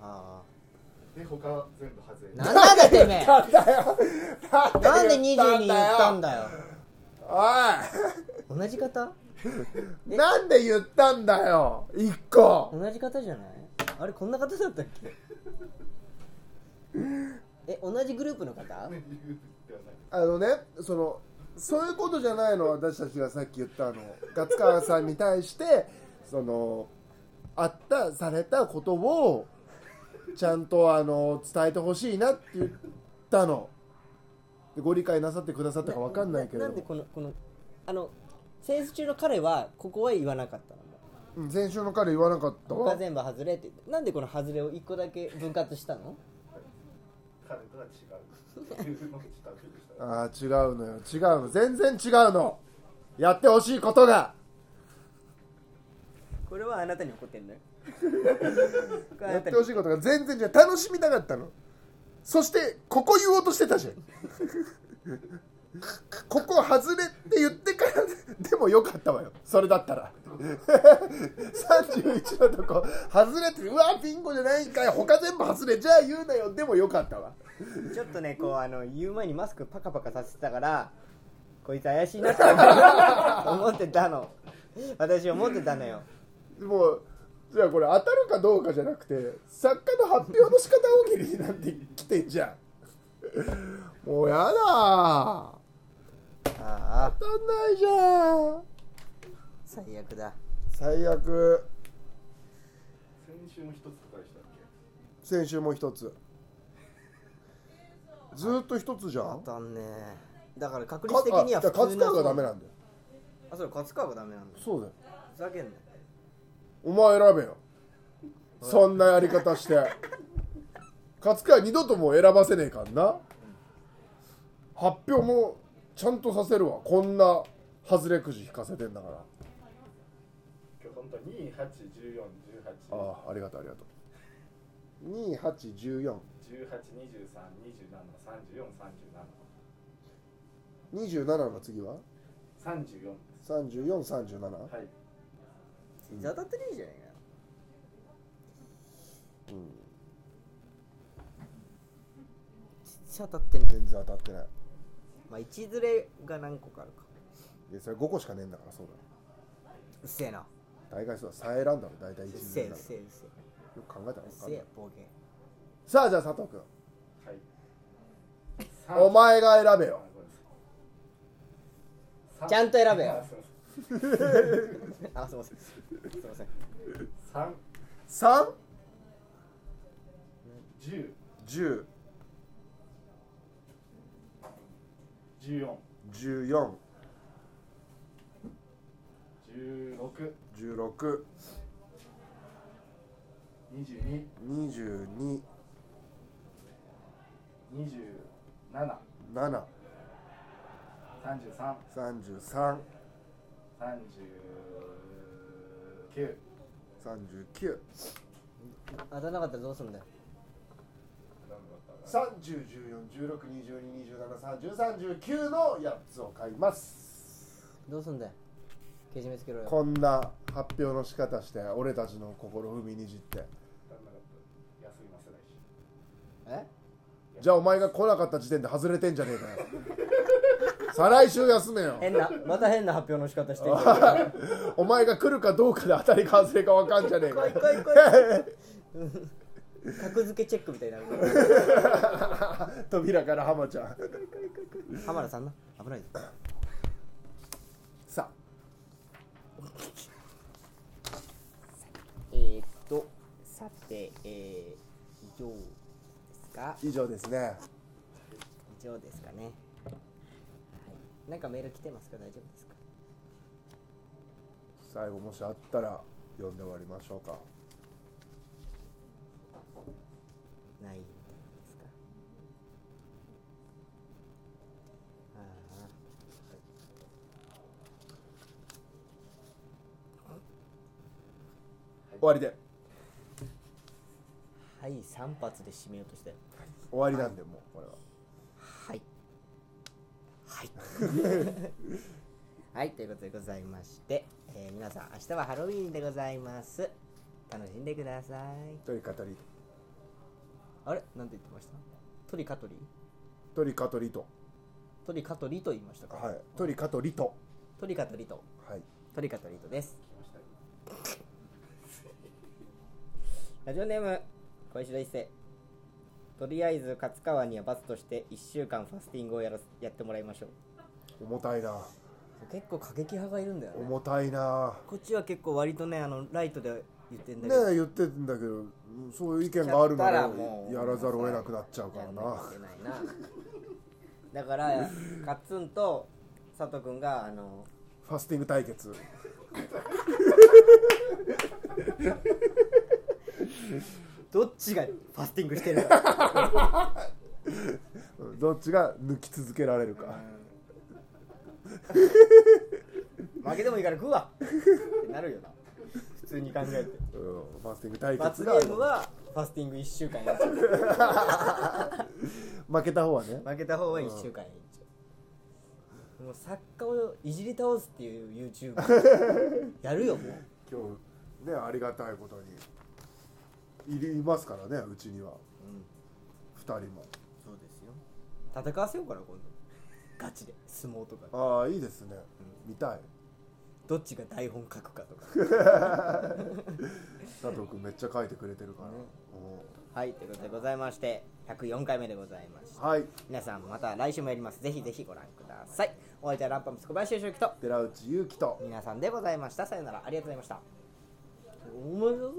[SPEAKER 3] あ
[SPEAKER 4] で、他全部外れ
[SPEAKER 3] あ
[SPEAKER 4] て。
[SPEAKER 3] なんだだてめえ
[SPEAKER 1] なんだよ
[SPEAKER 3] なんで22言ったんだよ
[SPEAKER 1] お
[SPEAKER 3] 同じ方
[SPEAKER 1] いなんで言ったんだよ一個
[SPEAKER 3] 同じ方じゃないあれこんな方だったっけえ同じグループの方
[SPEAKER 4] 言うではない。
[SPEAKER 1] あのねそのそういうことじゃないの私たちがさっき言ったあのガツカワさんに対してそのあったされたことをちゃんとあの伝えてほしいなって言ったのでご理解なさってくださったかわかんないけれ
[SPEAKER 3] な
[SPEAKER 1] ど
[SPEAKER 3] んで
[SPEAKER 1] も
[SPEAKER 3] このこのあの選手中の彼はここは言わなかったの
[SPEAKER 1] うん先週の彼言わなかった
[SPEAKER 3] 他
[SPEAKER 1] わ
[SPEAKER 3] 全部外れってなんでこの外れを1個だけ分割したの
[SPEAKER 4] 彼とは違う。っていうのをちょっとアピールしたら。
[SPEAKER 1] ああ違うのよ違うの全然違うのやってほしいことが
[SPEAKER 3] これはあなたに怒 ってんのよこれはあ
[SPEAKER 1] や
[SPEAKER 3] な
[SPEAKER 1] ったて
[SPEAKER 3] に
[SPEAKER 1] ほしいことが全然じゃ楽しみたかったのそしてここ言おうとしてたじゃん ここ外れって言ってからでもよかったわよそれだったら 31のとこ外れってうわビンゴじゃないんかい他全部外れじゃあ言うなよでもよかったわ
[SPEAKER 3] ちょっとねこうあの言う前にマスクパカパカさせてたからこいつ怪しいなって 思う思ってたの私思ってたのよ
[SPEAKER 1] もうじゃあこれ当たるかどうかじゃなくて作家の発表の仕方大喜利になってきてんじゃんもうやだー
[SPEAKER 3] ああ
[SPEAKER 1] 当たんないじゃん
[SPEAKER 3] 最悪だ
[SPEAKER 1] 最悪
[SPEAKER 4] 先週も一つとかでしたっけ。
[SPEAKER 1] 先週も一つずーっと一つじゃ
[SPEAKER 3] 当
[SPEAKER 1] ん
[SPEAKER 3] たんねえだから確
[SPEAKER 1] か
[SPEAKER 3] 率的には
[SPEAKER 1] あじゃあ勝川がダメ
[SPEAKER 3] だ
[SPEAKER 1] なんだよ
[SPEAKER 3] あそれ勝川がダメなんだ
[SPEAKER 1] そうだよ
[SPEAKER 3] ふざけんなよ
[SPEAKER 1] お前選べよそんなやり方して勝川二度ともう選ばせねえかんな発表もちゃんとさせるわこんな外れくじ引かせてんだから
[SPEAKER 4] 今日本当二八十四十八
[SPEAKER 1] ああありがとうありがとう
[SPEAKER 4] 十八二十三二十七三十四三十七
[SPEAKER 1] 281427の次は
[SPEAKER 4] 三十四です。
[SPEAKER 1] 3437、
[SPEAKER 4] はい。
[SPEAKER 3] 全然当たってねえじゃねえかよ全然当たってねえ
[SPEAKER 1] 全然当たってない
[SPEAKER 3] まあ一ずれが何個かあるか
[SPEAKER 1] いやそれ5個しかねえんだからそうだ
[SPEAKER 3] うっせえな
[SPEAKER 1] 大概そうだ3選んだろ大体
[SPEAKER 3] うっ
[SPEAKER 1] 1
[SPEAKER 3] せえ
[SPEAKER 1] 年
[SPEAKER 3] うっ
[SPEAKER 1] だ
[SPEAKER 3] せえうっせえ
[SPEAKER 1] よく考えたら
[SPEAKER 3] うっ
[SPEAKER 1] 分かん
[SPEAKER 3] せ
[SPEAKER 1] な
[SPEAKER 3] え
[SPEAKER 1] い
[SPEAKER 3] 暴言
[SPEAKER 1] さあじゃあ佐藤君
[SPEAKER 4] はい。
[SPEAKER 1] お前が選べよ
[SPEAKER 3] ちゃんと選べよ
[SPEAKER 4] あすいません
[SPEAKER 3] あすいませんすいません
[SPEAKER 4] 三
[SPEAKER 1] 3
[SPEAKER 4] 十
[SPEAKER 1] 1
[SPEAKER 4] 十四
[SPEAKER 1] 0 1 4
[SPEAKER 4] 十
[SPEAKER 1] 1 6
[SPEAKER 4] 六二十二
[SPEAKER 1] 2 2
[SPEAKER 4] 二十七
[SPEAKER 1] 7
[SPEAKER 4] 三十三
[SPEAKER 1] 3 3
[SPEAKER 4] 三十九
[SPEAKER 1] 3 9
[SPEAKER 3] 当たんなかったらどうすんだよ
[SPEAKER 1] 3 0 1 4 1 6 2 2 2 7 3 0 3 9のやつを買います
[SPEAKER 3] どうすんだよけじめつけろよ
[SPEAKER 1] こんな発表の仕方して俺たちの心踏みにじって
[SPEAKER 4] 休みませないし。
[SPEAKER 3] え
[SPEAKER 1] じゃあお前が来なかった時点で外れてんじゃねえかよ再来週休めよ
[SPEAKER 3] 変なまた変な発表の仕方してんじゃん
[SPEAKER 1] お前が来るかどうかで当たりか外れか分かんじゃねえか
[SPEAKER 3] 来い
[SPEAKER 1] よ
[SPEAKER 3] 来い来い格付けチェックみたいになる
[SPEAKER 1] 扉から浜ちゃん
[SPEAKER 3] 浜田さんな危ないぞ
[SPEAKER 1] さ
[SPEAKER 3] えー、っとさてえー以上ですか
[SPEAKER 1] 以上ですね
[SPEAKER 3] 以上ですかね、はい、なんかメール来てますか大丈夫ですか
[SPEAKER 1] 最後もしあったら読んで終わりましょうか
[SPEAKER 3] ないみたいですかああ
[SPEAKER 1] 終わりで
[SPEAKER 3] はい3発で締めようとして
[SPEAKER 1] 終わりなんでもうこれは
[SPEAKER 3] はいはいはいということでございまして、えー皆さん明日はハロウィーンでございます楽しんでください
[SPEAKER 1] 鳥かとり
[SPEAKER 3] あれなんて言ってました鳥かとり
[SPEAKER 1] 鳥かとりと
[SPEAKER 3] 鳥かとりと言いましたか、
[SPEAKER 1] はい鳥かとりと
[SPEAKER 3] 鳥かとりと
[SPEAKER 1] はい
[SPEAKER 3] 鳥かとりとです
[SPEAKER 4] 来ましたよ
[SPEAKER 3] ラジオネーム小石田一世とりあえず勝川には罰として1週間ファスティングをやらすやってもらいましょう
[SPEAKER 1] 重たいな
[SPEAKER 3] 結構過激派がいるんだよね
[SPEAKER 1] 重たいな
[SPEAKER 3] こっちは結構割とねあのライトで言ってんだ
[SPEAKER 1] ね
[SPEAKER 3] けど、
[SPEAKER 1] え言ってんだけどうんそういう意見があるな
[SPEAKER 3] や
[SPEAKER 1] ら
[SPEAKER 3] ったもう
[SPEAKER 1] やらざるを得なくなっちゃうから
[SPEAKER 3] やんな
[SPEAKER 1] な
[SPEAKER 3] きゃいけないなだからカッツンと佐藤君があの
[SPEAKER 1] ファスティング対決
[SPEAKER 3] どっちがファスティングしてるか
[SPEAKER 1] うんどっちが抜き続けられるか
[SPEAKER 3] 負けてもいいから食うわってなるよな普通に考えて
[SPEAKER 1] うんファスティング対
[SPEAKER 3] 罰
[SPEAKER 1] 決
[SPEAKER 3] ゲ
[SPEAKER 1] が
[SPEAKER 3] ームはファスティング1週間やっちゃう
[SPEAKER 1] 負けた方はね
[SPEAKER 3] 負けた方は1週間やっちゃうもう作家をいじり倒すっていう YouTube やるよもう
[SPEAKER 1] 今日ねありがたいことにいりますからねうちには
[SPEAKER 3] うん
[SPEAKER 1] 2人も
[SPEAKER 3] そうですよ戦わせようかな今度ガチで相撲とか
[SPEAKER 1] ああいいですね見たい
[SPEAKER 3] どっちが台本書くかとか
[SPEAKER 1] 佐藤君めっちゃ書いてくれてるから、
[SPEAKER 3] ねはいということでございまして104回目でございまし
[SPEAKER 1] うん
[SPEAKER 3] た
[SPEAKER 1] はい
[SPEAKER 3] 皆さんまた来週もやりますぜひぜひご覧くださいお相手はランパムス小林修之と
[SPEAKER 1] 寺内優輝と
[SPEAKER 3] 皆さんでございましたさよならありがとうございましたお前だぞ